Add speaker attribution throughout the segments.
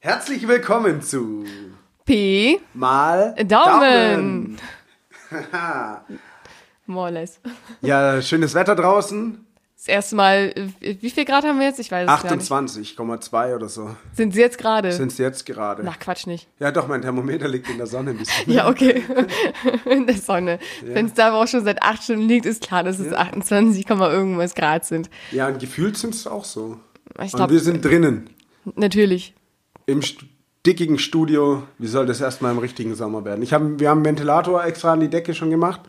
Speaker 1: Herzlich willkommen zu
Speaker 2: P.
Speaker 1: Mal
Speaker 2: Daumen. More or less.
Speaker 1: ja, schönes Wetter draußen.
Speaker 2: Das erste Mal, äh, wie viel Grad haben wir jetzt? Ich weiß es gar nicht.
Speaker 1: 28,2 oder so
Speaker 2: Sind sie jetzt gerade?
Speaker 1: sind es jetzt gerade.
Speaker 2: Ach, Quatsch nicht.
Speaker 1: Ja, doch, mein Thermometer liegt in der Sonne ein bisschen.
Speaker 2: Ja, okay. In der Sonne. Wenn es da aber auch schon seit acht Stunden liegt, ist klar, dass es 28, Komma irgendwas Grad sind.
Speaker 1: Ja, und gefühlt sind es auch so. und
Speaker 2: Ich
Speaker 1: wir
Speaker 2: glaube,
Speaker 1: sind drinnen
Speaker 2: natürlich.
Speaker 1: im st dickigen Studio. Wie soll das erstmal im richtigen Sommer werden? Ich hab, wir haben einen Ventilator extra an die Decke schon gemacht.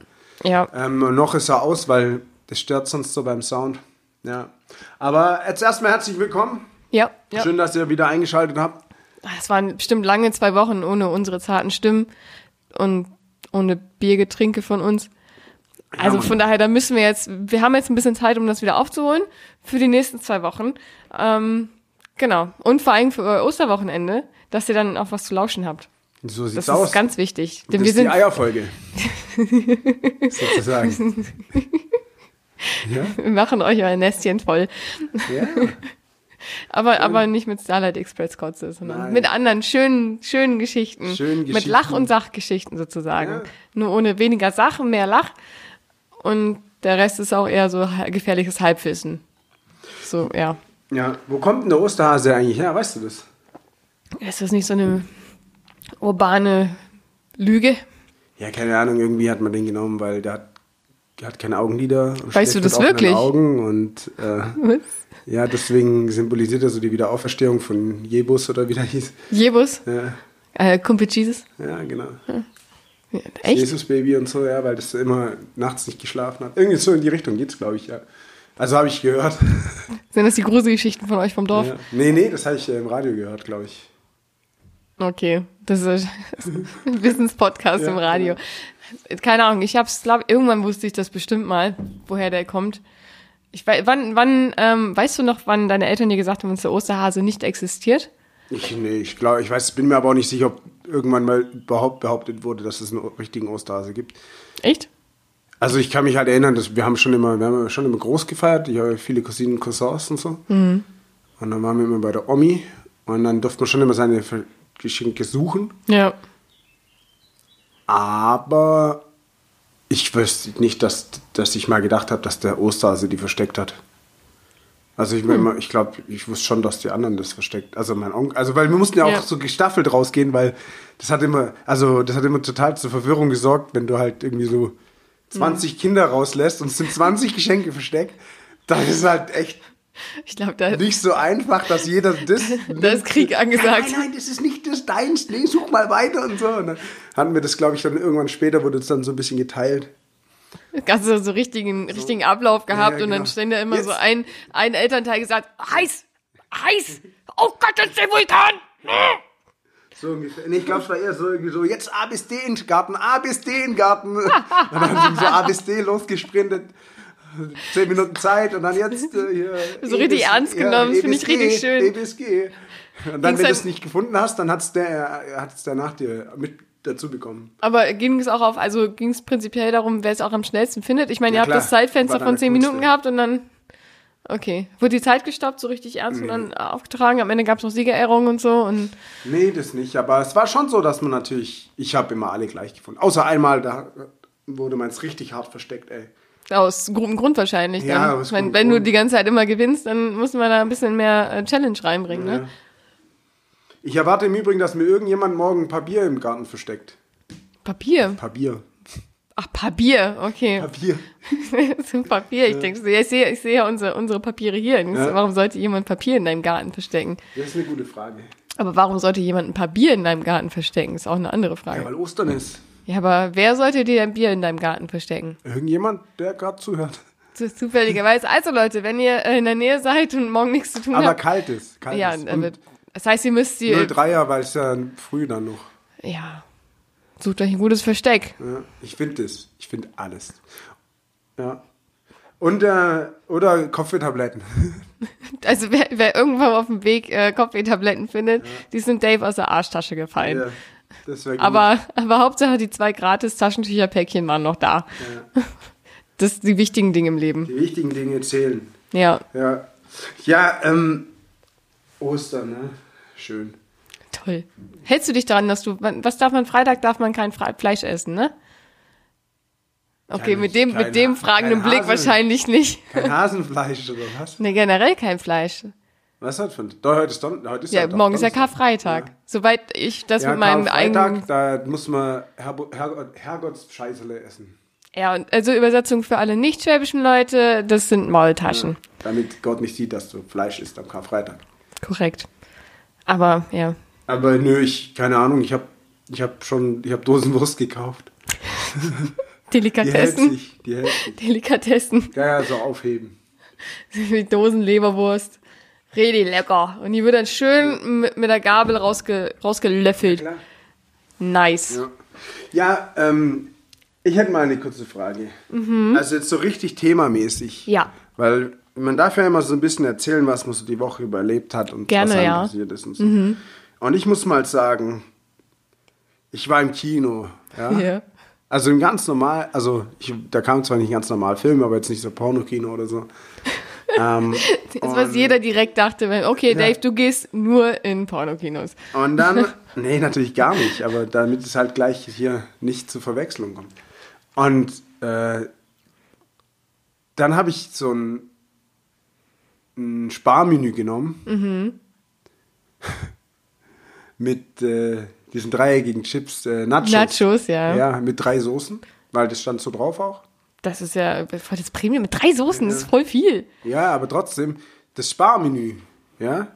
Speaker 2: Ja.
Speaker 1: Ähm, und noch ist er aus, weil das stört sonst so beim Sound. Ja. Aber jetzt erstmal herzlich willkommen.
Speaker 2: Ja. ja.
Speaker 1: Schön, dass ihr wieder eingeschaltet habt.
Speaker 2: Ah, Es waren bestimmt lange zwei Wochen ohne unsere zarten Stimmen und ohne Biergetränke von uns. Also
Speaker 1: Mann.
Speaker 2: von daher, da müssen wir jetzt, wir haben jetzt ein bisschen Zeit, um das wieder aufzuholen für die nächsten zwei Wochen. Ähm, genau. Und vor allem für euer Osterwochenende, dass ihr dann auch was zu lauschen habt.
Speaker 1: So
Speaker 2: Das
Speaker 1: sieht's
Speaker 2: ist
Speaker 1: aus.
Speaker 2: ganz wichtig.
Speaker 1: das
Speaker 2: Denn wir
Speaker 1: ist die
Speaker 2: sind,
Speaker 1: Eierfolge. Sozusagen. ja,
Speaker 2: wir machen euch euer Nestchen voll.
Speaker 1: ja.
Speaker 2: Aber, aber nicht mit Starlight Express Kotze, sondern
Speaker 1: Nein.
Speaker 2: mit anderen schönen, schönen Geschichten.
Speaker 1: Schönen
Speaker 2: Mit
Speaker 1: Geschichten.
Speaker 2: Lach- und Sachgeschichten sozusagen.
Speaker 1: Ja.
Speaker 2: Nur ohne weniger Sachen, mehr Lach. Und der Rest ist auch eher so ha- gefährliches Halbwissen. So, ja.
Speaker 1: Ja, wo kommt denn der Osterhase eigentlich her? Weißt du das?
Speaker 2: Ist das nicht so eine urbane Lüge?
Speaker 1: Ja, keine Ahnung, irgendwie hat man den genommen, weil der hat, der hat keine Augenlider. und schläft
Speaker 2: Weißt du
Speaker 1: mit
Speaker 2: das
Speaker 1: offenen
Speaker 2: wirklich?
Speaker 1: Augen und äh, ja, deswegen symbolisiert er so die Wiederauferstehung von Jebus oder wie der hieß.
Speaker 2: Jebus?
Speaker 1: Ja,
Speaker 2: Äh, Kumpel Jesus?
Speaker 1: ja genau.
Speaker 2: Ja, Echt?
Speaker 1: Jesus-Baby und so, ja, weil das immer nachts nicht geschlafen hat. Irgendwie so in die Richtung geht's, glaube ich, ja. Also habe ich gehört.
Speaker 2: Sind das die Gruselgeschichten von euch vom Dorf?
Speaker 1: Ja. Nee, nee, das habe ich äh, im Radio gehört, glaube ich.
Speaker 2: Okay, das ist ein Wissenspodcast
Speaker 1: Ja, genau.
Speaker 2: im Radio. Keine Ahnung, ich hab's, glaub, irgendwann wusste ich das bestimmt mal, woher der kommt. Ich weiß, wann, wann, ähm, weißt du noch, wann deine Eltern dir gesagt haben, dass der Osterhase nicht existiert?
Speaker 1: Ich, nee, ich glaube, ich weiß, bin mir aber auch nicht sicher, ob irgendwann mal überhaupt behauptet wurde, dass es einen richtigen Osterhase gibt.
Speaker 2: Echt?
Speaker 1: Also ich kann mich halt erinnern, dass wir haben schon immer, wir haben schon immer groß gefeiert. Ich habe viele Cousinen und Cousins und so. Und dann waren wir immer bei der Omi und dann durfte man schon immer seine Ver- Geschenke suchen.
Speaker 2: Ja.
Speaker 1: Aber ich wüsste nicht, dass, dass ich mal gedacht habe, dass der Osterhase die versteckt hat. Also ich, mein, ich glaube, ich wusste schon, dass die anderen das versteckt. Also mein Onkel, also weil wir mussten ja auch
Speaker 2: Ja.
Speaker 1: so gestaffelt rausgehen, weil das hat immer, also das hat immer total zur Verwirrung gesorgt, wenn du halt irgendwie so 20 Kinder rauslässt und es sind 20 Geschenke versteckt. Das ist halt echt
Speaker 2: Ich glaube, da,
Speaker 1: nicht so einfach, dass jeder das
Speaker 2: da ist Krieg angesagt.
Speaker 1: Nein, nein, das ist nicht das deins. Nee, such mal weiter und so. Und dann hatten wir das, glaube ich, dann irgendwann später wurde es dann so ein bisschen geteilt.
Speaker 2: Das Ganze so richtigen, richtigen Ablauf gehabt
Speaker 1: Ja,
Speaker 2: und dann
Speaker 1: genau.
Speaker 2: stand da immer so
Speaker 1: Jetzt.
Speaker 2: ein, ein Elternteil gesagt, heiß, heiß, oh Gott, das ist der Vulkan!
Speaker 1: So ungefähr. Nee, ich glaube, es war eher so irgendwie so, jetzt A bis D in den Garten, A bis D in den Garten. und dann sind so A bis D losgesprintet. Zehn Minuten Zeit und dann jetzt äh, hier.
Speaker 2: So richtig ernst genommen, das finde ich richtig schön.
Speaker 1: E bis G. Und dann,
Speaker 2: Ging's
Speaker 1: wenn du
Speaker 2: halt-
Speaker 1: es nicht gefunden hast, dann hat es der, äh, hat's der nach dir mit dazu bekommen.
Speaker 2: Aber ging es auch auf, also ging es prinzipiell darum, wer es auch am schnellsten findet? Ich meine,
Speaker 1: Ja,
Speaker 2: ihr habt das
Speaker 1: klar.
Speaker 2: Zeitfenster
Speaker 1: War dann
Speaker 2: von
Speaker 1: der
Speaker 2: 10
Speaker 1: Coolste.
Speaker 2: Minuten gehabt und dann, okay, wurde die Zeit gestoppt, so richtig ernst und
Speaker 1: Mhm.
Speaker 2: dann aufgetragen. Am Ende gab es noch Siegerehrungen und so und
Speaker 1: Nee, das nicht. Aber es war schon so, dass man natürlich. Ich habe immer alle gleich gefunden. Außer einmal, da wurde meins richtig hart versteckt, ey.
Speaker 2: aus gutem Grund wahrscheinlich.
Speaker 1: Ja,
Speaker 2: Dann.
Speaker 1: aus
Speaker 2: Ich meine,
Speaker 1: gutem
Speaker 2: wenn du
Speaker 1: Grund.
Speaker 2: die ganze Zeit immer gewinnst, dann müssen wir da ein bisschen mehr äh, Challenge reinbringen, ne?
Speaker 1: Ich erwarte im Übrigen, dass mir irgendjemand morgen ein paar Bier im Garten versteckt.
Speaker 2: Papier.
Speaker 1: Papier.
Speaker 2: Ach, Papier, okay.
Speaker 1: Papier.
Speaker 2: so Papier. Ich denke, ich sehe, ich sehe ja unsere, unsere Papiere hier. Ich
Speaker 1: Ja.
Speaker 2: so, Warum sollte jemand Papier in deinem Garten verstecken?
Speaker 1: Das ist eine gute Frage.
Speaker 2: Aber warum sollte jemand ein Papier in deinem Garten verstecken? Ist auch eine andere Frage.
Speaker 1: Ja, weil Ostern ist.
Speaker 2: Ja, aber wer sollte dir ein Bier in deinem Garten verstecken?
Speaker 1: Irgendjemand, der gerade zuhört.
Speaker 2: Zu- Zufälligerweise. Also Leute, wenn ihr äh, in der Nähe seid und morgen nichts zu tun
Speaker 1: Aber
Speaker 2: habt.
Speaker 1: kalt ist. Kalt
Speaker 2: Ja,
Speaker 1: ist.
Speaker 2: äh, wird- das heißt, ihr müsst die.
Speaker 1: 03er, weil es ja früh dann noch.
Speaker 2: Ja. Sucht euch ein gutes Versteck.
Speaker 1: Ja, ich finde das. Ich finde alles. Ja. Und, äh, oder Kopfhörtabletten.
Speaker 2: Also wer, wer irgendwann auf dem Weg äh, Kopfwehtabletten findet, die sind Dave aus der Arschtasche gefallen.
Speaker 1: Ja, genau. das wär gut.
Speaker 2: Aber, aber Hauptsache die zwei gratis Taschentücherpäckchen waren noch da. Das sind die wichtigen Dinge im Leben.
Speaker 1: Die wichtigen Dinge zählen.
Speaker 2: Ja.
Speaker 1: Ja. Ja, ähm, Ostern, ne? Schön.
Speaker 2: Toll. Hältst du dich daran, dass du, wann- was darf man Freitag, darf man kein Fre Fleisch essen, ne? Okay,
Speaker 1: Kein-
Speaker 2: mit dem,
Speaker 1: kein
Speaker 2: mit dem
Speaker 1: Ha-
Speaker 2: fragenden
Speaker 1: kein
Speaker 2: Blick
Speaker 1: Hase.
Speaker 2: wahrscheinlich nicht.
Speaker 1: Kein Hasenfleisch oder was?
Speaker 2: Ne, generell kein Fleisch.
Speaker 1: Was ist das für ein... Doch, heute ist Donnerstag. Heute ist
Speaker 2: Ja,
Speaker 1: doch
Speaker 2: morgen ist ja
Speaker 1: Donnerstag.
Speaker 2: Karfreitag. Soweit ich das
Speaker 1: Ja,
Speaker 2: mit meinem
Speaker 1: Karfreitag,
Speaker 2: eigenen.
Speaker 1: da muss man Herbo- Herrgott- Herrgottsscheißele essen,
Speaker 2: Ja, und also Übersetzung für alle nicht-schwäbischen Leute, das sind Maultaschen.
Speaker 1: damit Gott nicht sieht, dass du Fleisch isst am Karfreitag.
Speaker 2: Korrekt. Aber ja.
Speaker 1: Aber nö, ich, keine Ahnung, ich habe ich hab schon, ich habe Dosenwurst gekauft. Die hält
Speaker 2: Delikatessen.
Speaker 1: sich, die hält sich.
Speaker 2: Delikatessen.
Speaker 1: Ja, ja, so aufheben.
Speaker 2: Wie Dosenleberwurst. Richtig lecker. Und die wird dann schön mit, mit der Gabel rausge, rausgelöffelt.
Speaker 1: Klar.
Speaker 2: Nice.
Speaker 1: Ja, ja ähm, ich hätte mal eine kurze Frage. Also jetzt so richtig themamäßig.
Speaker 2: Mhm. Ja.
Speaker 1: Weil man darf ja immer so ein bisschen erzählen, was man so die Woche überlebt hat und
Speaker 2: Gerne,
Speaker 1: was einem
Speaker 2: ja. Mhm.
Speaker 1: passiert ist und so. Und ich muss mal sagen, ich war im Kino. Ja.
Speaker 2: Ja.
Speaker 1: Also im ganz normal, also ich, da kam zwar nicht ein ganz normal Film, aber jetzt nicht so Pornokino oder so. ähm,
Speaker 2: Das, was jeder direkt dachte, wenn, okay, Dave, du gehst nur in Pornokinos.
Speaker 1: Und dann, nee, natürlich gar nicht, aber damit es halt gleich hier nicht zu Verwechslung kommt. Und äh, dann habe ich so ein, ein Sparmenü genommen
Speaker 2: Mhm.
Speaker 1: mit äh, diesen dreieckigen Chips, äh, Nachos.
Speaker 2: Nachos, ja.
Speaker 1: Ja, mit drei Soßen, weil das stand so drauf auch.
Speaker 2: Das ist ja voll das Premium mit drei Soßen, das ist voll viel.
Speaker 1: Ja, aber trotzdem, das Sparmenü, ja,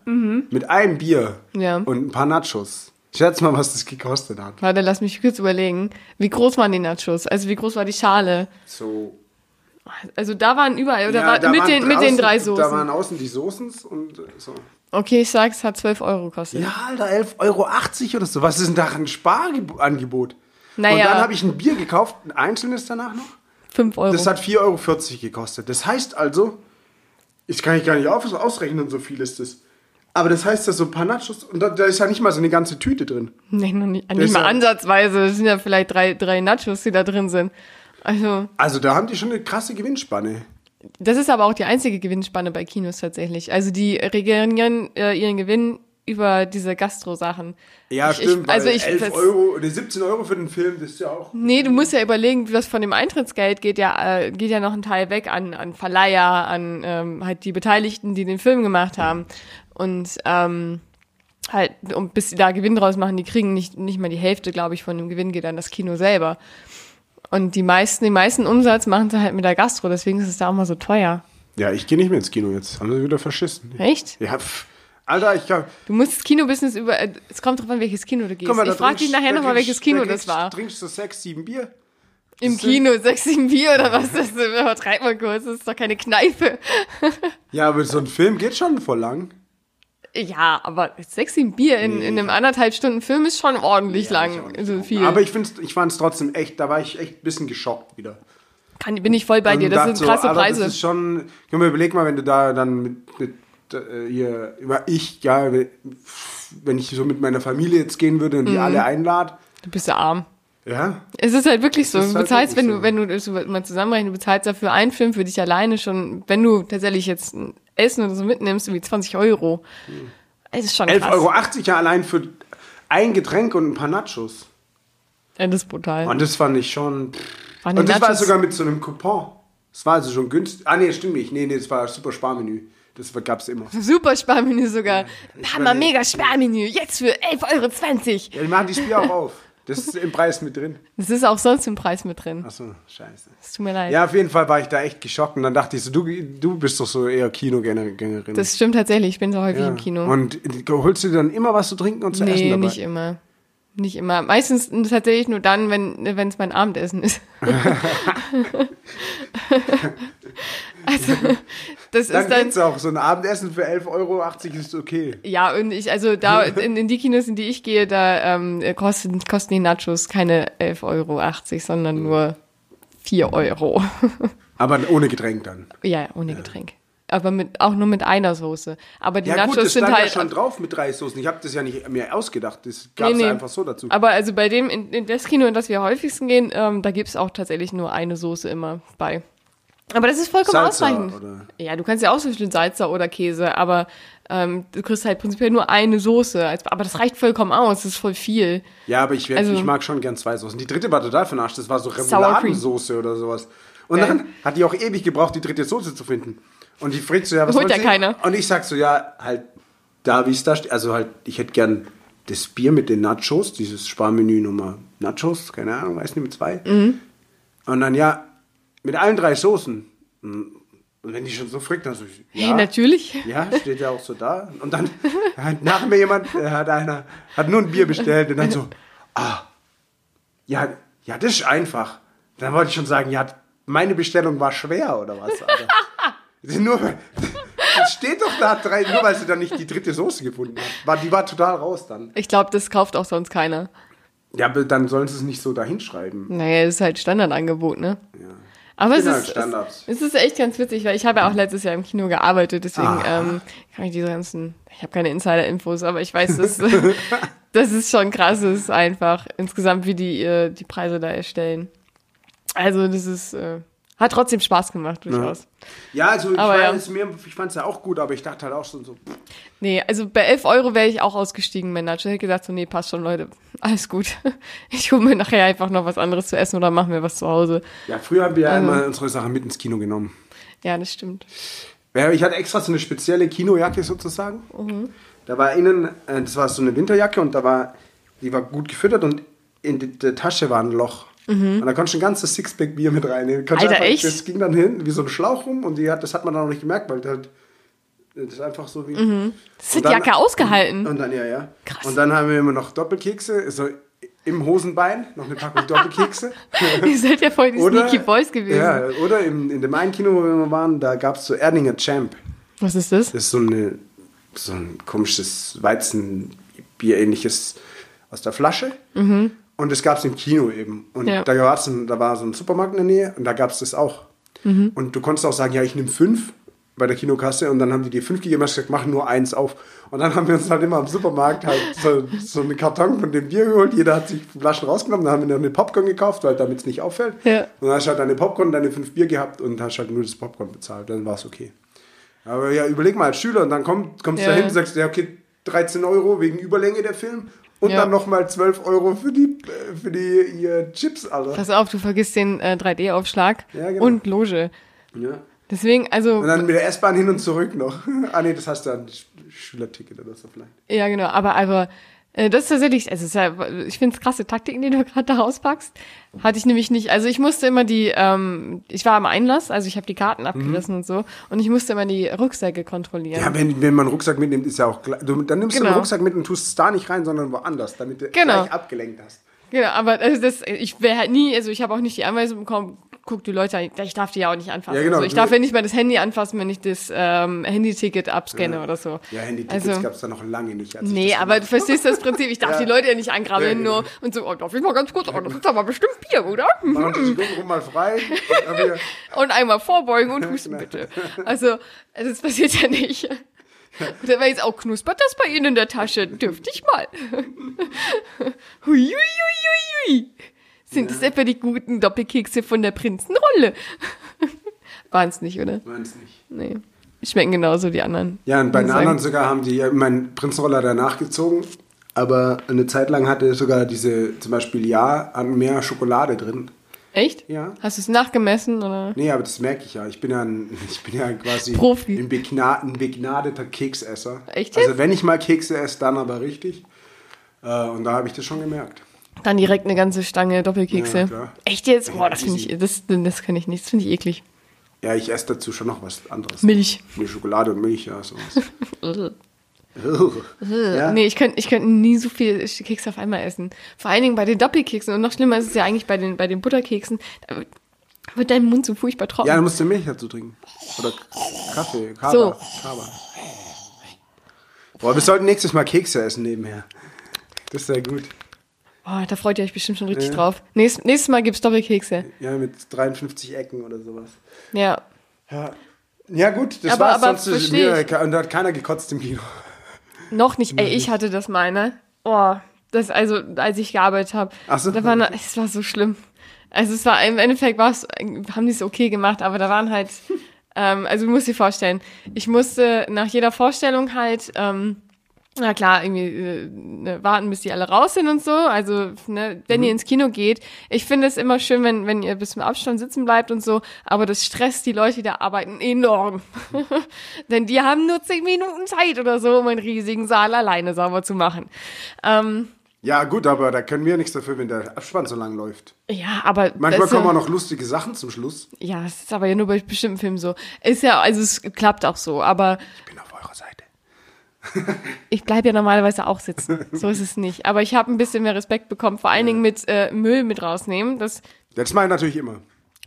Speaker 1: mit einem Bier
Speaker 2: Mhm. Ja.
Speaker 1: und ein paar Nachos. Schätz mal, was das gekostet hat.
Speaker 2: Warte, lass mich kurz überlegen. Wie groß waren die Nachos? Also wie groß war die Schale?
Speaker 1: So
Speaker 2: Also da waren überall, oder
Speaker 1: Ja,
Speaker 2: war,
Speaker 1: da
Speaker 2: mit,
Speaker 1: waren
Speaker 2: den, mit
Speaker 1: draußen-
Speaker 2: den drei
Speaker 1: Da
Speaker 2: Soßen.
Speaker 1: waren außen die Soßen und äh, so.
Speaker 2: Okay, ich sag's, hat 12 Euro gekostet.
Speaker 1: Ja, Alter, 11,80 Euro oder so. Was ist denn da ein Sparangebot?
Speaker 2: Naja.
Speaker 1: Und dann habe ich ein Bier gekauft, ein einzelnes danach noch.
Speaker 2: 5 Euro.
Speaker 1: Das hat 4,40 Euro gekostet. Das heißt also, ich kann ich gar nicht auf, ausrechnen, so viel ist das. Aber das heißt, dass so ein paar Nachos, und da, da ist ja nicht mal so eine ganze Tüte drin.
Speaker 2: nee, noch nicht, nicht mal
Speaker 1: ja-
Speaker 2: ansatzweise. Das sind ja vielleicht drei, drei Nachos, die da drin sind. Also,
Speaker 1: Also da haben die schon eine krasse Gewinnspanne.
Speaker 2: das ist aber auch die einzige Gewinnspanne bei Kinos tatsächlich. Also die regenerieren äh, ihren Gewinn über diese Gastro-Sachen.
Speaker 1: Ja,
Speaker 2: Ich- ich-
Speaker 1: stimmt.
Speaker 2: also
Speaker 1: weil
Speaker 2: ich-
Speaker 1: 11
Speaker 2: das-
Speaker 1: Euro oder 17 Euro für den Film, das ist ja auch.
Speaker 2: Nee, du musst ja überlegen, was von dem Eintrittsgeld geht ja, äh, geht ja noch ein Teil weg an, an Verleiher, an ähm, halt die Beteiligten, die den Film gemacht haben. Und ähm, halt, und bis sie da Gewinn draus machen, die kriegen nicht, nicht mal die Hälfte, glaube ich, von dem Gewinn geht an das Kino selber. Und die meisten, den meisten Umsatz machen sie halt mit der Gastro, deswegen ist es da auch mal so teuer.
Speaker 1: Ja, ich gehe nicht mehr ins Kino jetzt. Haben sie wieder verschissen.
Speaker 2: Echt?
Speaker 1: Ja, pff. Alter, ich kann.
Speaker 2: Du musst das Kinobusiness über. äh, Es kommt drauf an, welches Kino du gehst. ich frage dich nachher nochmal, welches Kino das war.
Speaker 1: Trinkst du sechs, sieben Bier?
Speaker 2: Im
Speaker 1: das-
Speaker 2: Kino, 6, Bier oder was? Das übertreib mal kurz, das ist doch keine Kneipe.
Speaker 1: Ja, aber so ein Film geht schon voll lang.
Speaker 2: Ja, aber sexy Bier in, in einem anderthalb Stunden Film ist schon ordentlich lang. So viel.
Speaker 1: Aber ich, find's- ich fand es trotzdem echt, da war ich echt ein bisschen geschockt wieder.
Speaker 2: Kann, bin ich voll bei dir.
Speaker 1: Und
Speaker 2: Das
Speaker 1: dachte
Speaker 2: sind krasse
Speaker 1: so, Alter,
Speaker 2: Preise.
Speaker 1: Das ist schon, können wir überlegen mal, wenn du da dann mit, mit äh, hier, über ich, ja, wenn ich so mit meiner Familie jetzt gehen würde
Speaker 2: Mhm.
Speaker 1: und die alle einlad,
Speaker 2: du bist ja arm.
Speaker 1: ja,
Speaker 2: Es ist halt wirklich so.
Speaker 1: Es ist
Speaker 2: Du
Speaker 1: halt
Speaker 2: bezahlst, wenn
Speaker 1: wirklich
Speaker 2: du, wenn du das mal zusammenrechnest, du bezahlst dafür einen Film für dich alleine schon, wenn du tatsächlich jetzt ein Essen oder so mitnimmst, irgendwie 20 Euro. Es ist schon
Speaker 1: 11,80
Speaker 2: krass.
Speaker 1: Hm. Euro ja allein für ein Getränk und ein paar Nachos.
Speaker 2: Ja, das ist brutal.
Speaker 1: Und das fand ich schon.
Speaker 2: Waren die
Speaker 1: und das war
Speaker 2: Nachos-
Speaker 1: sogar mit so einem Coupon. Das war also schon günstig. Ah, nee, stimmt nicht. Nee, nee, das war super Sparmenü. Das gab es immer.
Speaker 2: Super Sparmenü sogar. Hammer,
Speaker 1: überleg-
Speaker 2: mega Sparmenü. Jetzt für 11,20 Euro.
Speaker 1: Ja, die machen die Spiele auch auf. Das ist im Preis mit drin.
Speaker 2: Das ist auch sonst im Preis mit drin.
Speaker 1: Achso, scheiße.
Speaker 2: Es tut mir leid.
Speaker 1: Ja, auf jeden Fall war ich da echt geschockt und dann dachte ich so, du, du bist doch so eher Kinogängerin.
Speaker 2: Das stimmt tatsächlich. Ich bin so häufig
Speaker 1: ja.
Speaker 2: im Kino.
Speaker 1: Und holst du dir dann immer was zu trinken und zu essen dabei?
Speaker 2: nicht immer. Nicht immer. Meistens tatsächlich nur dann, wenn wenn es mein Abendessen ist. also, das
Speaker 1: Dann,
Speaker 2: ist dann.
Speaker 1: geht's auch. So ein Abendessen für 11,80 Euro ist okay.
Speaker 2: Ja, und ich, also da, in, in die Kinos, in die ich gehe, da ähm, kosten, kosten die Nachos keine 11,80 Euro,
Speaker 1: Hm.
Speaker 2: sondern nur 4 Euro.
Speaker 1: Aber ohne Getränk dann.
Speaker 2: ja, ohne Getränk. Aber mit, auch nur mit einer Soße. Aber die
Speaker 1: Ja
Speaker 2: Nachos
Speaker 1: gut, das
Speaker 2: sind
Speaker 1: stand ja
Speaker 2: halt
Speaker 1: schon drauf mit drei Soßen. Ich habe das ja nicht mir ausgedacht. Das gab es
Speaker 2: Nee, nee.
Speaker 1: einfach so dazu.
Speaker 2: Aber also bei dem, in, in das Kino, in das wir am häufigsten gehen, ähm, da gibt's auch tatsächlich nur eine Soße immer bei. Aber das ist vollkommen
Speaker 1: Salsa,
Speaker 2: ausreichend.
Speaker 1: oder?
Speaker 2: Ja, du kannst ja auswischen Salzer oder Käse, aber ähm, du kriegst halt prinzipiell nur eine Soße. Als, aber das reicht vollkommen aus, das ist voll viel.
Speaker 1: Ja, aber ich, werd,
Speaker 2: Also-
Speaker 1: ich mag schon gern zwei Soßen. Die dritte war total für den Arsch. Das war so
Speaker 2: Cream.
Speaker 1: Remouladensoße oder sowas. Und
Speaker 2: Geil.
Speaker 1: dann hat die auch ewig gebraucht, die dritte Soße zu finden. Und die fragt so, ja, was
Speaker 2: Holt
Speaker 1: wollt
Speaker 2: ja
Speaker 1: ihr?
Speaker 2: keiner.
Speaker 1: Und ich sag so, ja, halt da, wie es da steht. Also halt, ich hätte gern das Bier mit den Nachos, dieses Sparmenü Nummer Nachos, keine Ahnung, weiß nicht, mit zwei.
Speaker 2: Mhm.
Speaker 1: Und dann, ja, mit allen drei Soßen. Und wenn die schon so fragt, dann so, ja.
Speaker 2: Hey, natürlich.
Speaker 1: Ja, steht ja auch so da. Und dann hat nach mir jemand, äh, hat einer, hat nur ein Bier bestellt und dann so, ah, ja, ja, das ist einfach. Dann wollte ich schon sagen, ja, meine Bestellung war schwer oder was? Alter. Das ist nur, das steht doch da drei, nur weil sie dann nicht die dritte Soße gefunden hat. War, die war total raus dann.
Speaker 2: Ich glaube, das kauft auch sonst keiner.
Speaker 1: Ja, aber dann sollen sie es nicht so dahinschreiben.
Speaker 2: Naja, das ist halt Standardangebot, ne? Aber
Speaker 1: Ich
Speaker 2: es
Speaker 1: bin halt
Speaker 2: ist,
Speaker 1: Standards.
Speaker 2: es, es ist echt ganz witzig, weil ich habe ja auch letztes Jahr im Kino gearbeitet, deswegen
Speaker 1: Ah.
Speaker 2: ähm, kann ich diese ganzen, ich habe keine Insider-Infos, aber ich weiß, dass, das ist schon krass ist einfach, insgesamt, wie die äh, die Preise da erstellen. Also das ist, äh, hat trotzdem Spaß gemacht, durchaus.
Speaker 1: Ja, also ich,
Speaker 2: Aber ja.
Speaker 1: weiß, mir, ich fand es ja auch gut, aber ich dachte halt auch schon so, pff,
Speaker 2: Nee, also bei 11 Euro wäre ich auch ausgestiegen, mein Nacho. Ich hätte gedacht, so, nee, passt schon, Leute, alles gut. Ich hole mir nachher einfach noch was anderes zu essen oder mache mir was zu Hause.
Speaker 1: ja, früher haben wir ja
Speaker 2: Also-
Speaker 1: immer unsere Sachen mit ins Kino genommen.
Speaker 2: Ja, das stimmt.
Speaker 1: Ja, ich hatte extra so eine spezielle Kinojacke sozusagen.
Speaker 2: Mhm.
Speaker 1: Da war innen, äh, das war so eine Winterjacke und da war, die war gut gefüttert und in die- der Tasche war ein Loch. Und da konntest du ein ganzes Sixpack Bier mit reinnehmen. Konntest
Speaker 2: Mhm. Alter,
Speaker 1: einfach,
Speaker 2: echt?
Speaker 1: Das ging dann hin, wie so ein Schlauch rum und die hat, das hat man dann auch nicht gemerkt, weil das, halt, das ist einfach so wie.
Speaker 2: Mhm. Das hat
Speaker 1: Und
Speaker 2: die
Speaker 1: dann-
Speaker 2: Jacke ausgehalten.
Speaker 1: Und dann, ja, ja.
Speaker 2: Krass.
Speaker 1: Und dann haben wir immer noch Doppelkekse, so im Hosenbein, noch eine Packung Doppelkekse.
Speaker 2: Ihr seid ja voll die Sneaky Boys gewesen.
Speaker 1: Ja, oder im, in dem einen Kino, wo wir immer waren, da gab es so Erdinger Champ.
Speaker 2: Was ist das?
Speaker 1: Das ist so, eine, so ein komisches Weizenbier-ähnliches aus der Flasche. Und das gab es im Kino eben. Und
Speaker 2: Mhm. Ja.
Speaker 1: da, war's ein, da war so ein Supermarkt in der Nähe und da gab es das auch.
Speaker 2: Mhm.
Speaker 1: Und du konntest auch sagen, ja, ich nehme fünf bei der Kinokasse und dann haben die dir fünf gegeben und hast gesagt, mach nur eins auf. Und dann haben wir uns halt immer am Supermarkt halt so, so einen Karton von dem Bier geholt. Jeder hat sich Flaschen rausgenommen, dann haben wir noch eine Popcorn gekauft, weil damit es nicht auffällt.
Speaker 2: Ja.
Speaker 1: Und dann hast du halt deine Popcorn, deine fünf Bier gehabt und hast halt nur das Popcorn bezahlt. Dann war es okay. Aber ja, überleg mal als Schüler und dann kommt, kommst du
Speaker 2: Ja.
Speaker 1: da hin und sagst, ja, okay, 13 Euro wegen Überlänge der Film und
Speaker 2: Ja.
Speaker 1: dann nochmal 12 Euro für die, äh, für die ihr Chips, Alter.
Speaker 2: Pass auf, du vergisst den äh, 3D-Aufschlag
Speaker 1: Ja, genau.
Speaker 2: und Loge.
Speaker 1: Ja.
Speaker 2: Deswegen, also,
Speaker 1: Und dann mit der S-Bahn hin und zurück noch. ah, nee, das hast du ein Sch Schülerticket oder so vielleicht.
Speaker 2: ja, genau, aber, aber äh, das ist tatsächlich, es ist ja, ich finde es krasse Taktiken, die du gerade da auspackst. Hatte ich nämlich nicht, also ich musste immer die, ähm, ich war am Einlass, also ich habe die Karten abgerissen und so und ich musste immer die Rucksäcke kontrollieren.
Speaker 1: Mhm. Ja, wenn, wenn man einen Rucksack mitnimmt, ist ja auch klar. Du, dann nimmst du
Speaker 2: Genau.
Speaker 1: einen Rucksack mit und tust es da nicht rein, sondern woanders, damit du
Speaker 2: Genau.
Speaker 1: gleich abgelenkt hast.
Speaker 2: Genau, aber also das, ich wäre halt nie, also ich habe auch nicht die Anweisung bekommen, guck die Leute an, ich darf die ja auch nicht anfassen.
Speaker 1: Ja, genau.
Speaker 2: also ich darf ja nicht mal das Handy anfassen, wenn ich das ähm, Handyticket abscanne
Speaker 1: Ja.
Speaker 2: Genau, oder so.
Speaker 1: Ja, Handy-Tickets
Speaker 2: Also-
Speaker 1: gab es da noch lange nicht. Als ich
Speaker 2: Nee,
Speaker 1: das
Speaker 2: aber du verstehst das Prinzip, ich darf
Speaker 1: Ja.
Speaker 2: die Leute ja nicht angrabbeln
Speaker 1: Ja, genau.
Speaker 2: nur und so, oh, darf ich mal ganz kurz, oh, das ist aber bestimmt Bier, oder?
Speaker 1: gemacht habe. 90 Sekunden rum mal frei. Und dann wieder-
Speaker 2: Und einmal vorbeugen und husten bitte. Also, also das passiert ja nicht. Und dann wäre jetzt auch knuspert das bei Ihnen in der Tasche. Dürfte ich mal. Huiuiuiui. Sind es etwa die guten Doppelkekse von der Prinzenrolle? Waren's nicht, oder?
Speaker 1: Meins nicht.
Speaker 2: Nee. Schmecken genauso die anderen.
Speaker 1: Ja, und bei den
Speaker 2: Muss ich
Speaker 1: anderen
Speaker 2: sagen.
Speaker 1: sogar haben die, ja, ich meine, Prinzenroller danach gezogen, aber eine Zeit lang hatte sogar diese, zum Beispiel, ja, an mehr Schokolade drin.
Speaker 2: Echt?
Speaker 1: Ja.
Speaker 2: Hast du es nachgemessen, oder?
Speaker 1: Nee, aber das merke ich ja. Ich bin ja, ein, ich bin ja quasi
Speaker 2: Profi.
Speaker 1: Ein, begna ein begnadeter Keksesser.
Speaker 2: Echt jetzt?
Speaker 1: Also wenn ich mal Kekse esse, dann aber richtig. Äh, und da habe ich das schon gemerkt.
Speaker 2: Dann direkt eine ganze Stange Doppelkekse.
Speaker 1: Ja, klar.
Speaker 2: Echt jetzt? Boah,
Speaker 1: Ja,
Speaker 2: das finde ich,
Speaker 1: easy.
Speaker 2: das, das kann ich nicht, das finde ich eklig.
Speaker 1: Ja, ich esse dazu schon noch was anderes.
Speaker 2: Milch.
Speaker 1: Eine Schokolade und Milch, ja, sowas. ja?
Speaker 2: Nee, ich könnte ich könnt nie so viel Kekse auf einmal essen. Vor allen Dingen bei den Doppelkeksen. Und noch schlimmer ist es ja eigentlich bei den, bei den Butterkeksen. Da wird- da wird dein Mund so furchtbar trocken.
Speaker 1: ja, dann musst du Milch dazu trinken. Oder Kaffee, Kaba.
Speaker 2: So.
Speaker 1: Kaba. Boah, wir sollten nächstes Mal Kekse essen nebenher. Das wäre gut.
Speaker 2: Boah, Oh, da freut ihr euch bestimmt schon richtig
Speaker 1: Ja.
Speaker 2: drauf. Nächst, nächstes Mal gibt's Doppelkekse.
Speaker 1: Ja, mit 53 Ecken oder sowas.
Speaker 2: Ja.
Speaker 1: Ja, ja gut, das
Speaker 2: Aber-
Speaker 1: war's.
Speaker 2: aber
Speaker 1: Sonst ist
Speaker 2: versteh
Speaker 1: mir,
Speaker 2: ich.
Speaker 1: und da hat keiner gekotzt im Kino.
Speaker 2: Noch nicht. Ey, ich hatte das mal, ne? Boah, das, also, Oh, als ich gearbeitet habe.
Speaker 1: Ach so.
Speaker 2: Da war eine, es war so schlimm. Also es war im Endeffekt war's, haben die es okay gemacht, aber da waren halt, ähm, also du musst dir vorstellen, ich musste nach jeder Vorstellung halt, ähm, na klar, irgendwie äh, ne, warten, bis die alle raus sind und so. Also, ne, wenn
Speaker 1: Mhm.
Speaker 2: ihr ins Kino geht, ich finde es immer schön, wenn, wenn ihr bis zum Abstand sitzen bleibt und so, aber das stresst die Leute, die da arbeiten, enorm. Denn die haben nur zehn Minuten Zeit oder so, um einen riesigen Saal alleine sauber zu machen. Ähm,
Speaker 1: Ja, gut, aber da können wir nichts dafür, wenn der Abspann so lang läuft.
Speaker 2: ja, aber
Speaker 1: Manchmal
Speaker 2: das-
Speaker 1: kommen auch noch lustige Sachen zum Schluss.
Speaker 2: Ja, es ist aber ja nur bei bestimmten Filmen so. Ist ja, also es klappt auch so, aber
Speaker 1: Ich bin auf eurer Seite.
Speaker 2: ich bleibe ja normalerweise auch sitzen. So ist es nicht. Aber ich habe ein bisschen mehr Respekt bekommen, vor allen Dingen mit äh, Müll mit rausnehmen. Das,
Speaker 1: Das meine ich natürlich immer.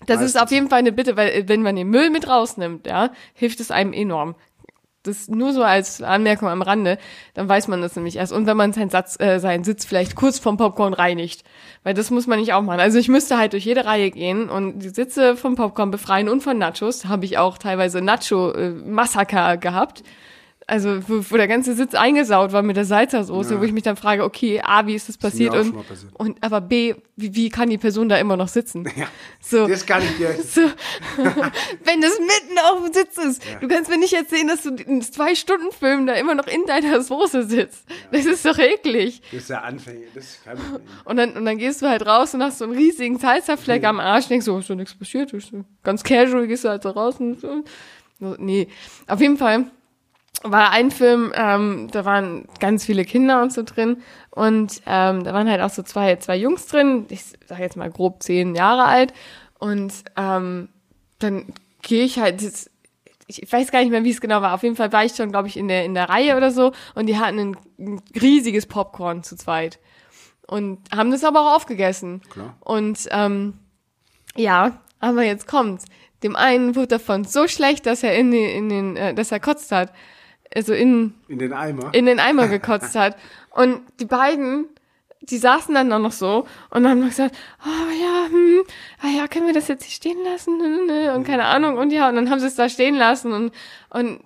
Speaker 2: das
Speaker 1: Meistens.
Speaker 2: ist auf jeden Fall eine Bitte, weil äh, wenn man den Müll mit rausnimmt, ja, hilft es einem enorm. Das nur so als Anmerkung am Rande, dann weiß man das nämlich erst. Und wenn man seinen, Satz, äh, seinen Sitz vielleicht kurz vom Popcorn reinigt, weil das muss man nicht auch machen. Also ich müsste halt durch jede Reihe gehen und die Sitze vom Popcorn befreien und von Nachos. Habe ich auch teilweise Nacho-Massaker gehabt. Also wo, wo der ganze Sitz eingesaut war mit der Salzersoße,
Speaker 1: Ja.
Speaker 2: wo ich mich dann frage, okay, A, wie ist das passiert?
Speaker 1: auch schon
Speaker 2: Und,
Speaker 1: mal passiert.
Speaker 2: und aber B, wie, wie kann die Person da immer noch sitzen?
Speaker 1: Ja.
Speaker 2: So.
Speaker 1: Das kann ich dir.
Speaker 2: So, wenn das mitten auf dem Sitz ist. Du kannst mir nicht erzählen, dass du in zwei Stunden Film da immer noch in deiner Soße sitzt. Das ist doch eklig.
Speaker 1: Das ist ja Anfänger. Das kann man nicht.
Speaker 2: Und dann, und dann gehst du halt raus und hast so einen riesigen Salzerfleck am Arsch. Denkst so, ist so nichts passiert. Ist so ganz casual gehst du halt so raus und so. so. Nee, auf jeden Fall war ein Film, ähm, da waren ganz viele Kinder und so drin und ähm, da waren halt auch so zwei, zwei Jungs drin, ich sag jetzt mal grob zehn Jahre alt und ähm, dann gehe ich halt, jetzt- ich weiß gar nicht mehr, wie es genau war, auf jeden Fall war ich schon, glaube ich, in der, in der Reihe oder so und die hatten ein, ein riesiges Popcorn zu zweit und haben das aber auch aufgegessen.
Speaker 1: Klar.
Speaker 2: Und ähm, ja, aber jetzt kommt's. Dem einen wurde davon so schlecht, dass er in den, in den äh, dass er kotzt hat. Also in,
Speaker 1: In den Eimer.
Speaker 2: in den Eimer gekotzt hat. Und die beiden, die saßen dann auch noch so und haben noch gesagt, oh ja, hm, ah ja, können wir das jetzt hier stehen lassen? Nö, nö, nö. Und keine Ahnung. Und ja, und dann haben sie es da stehen lassen und, und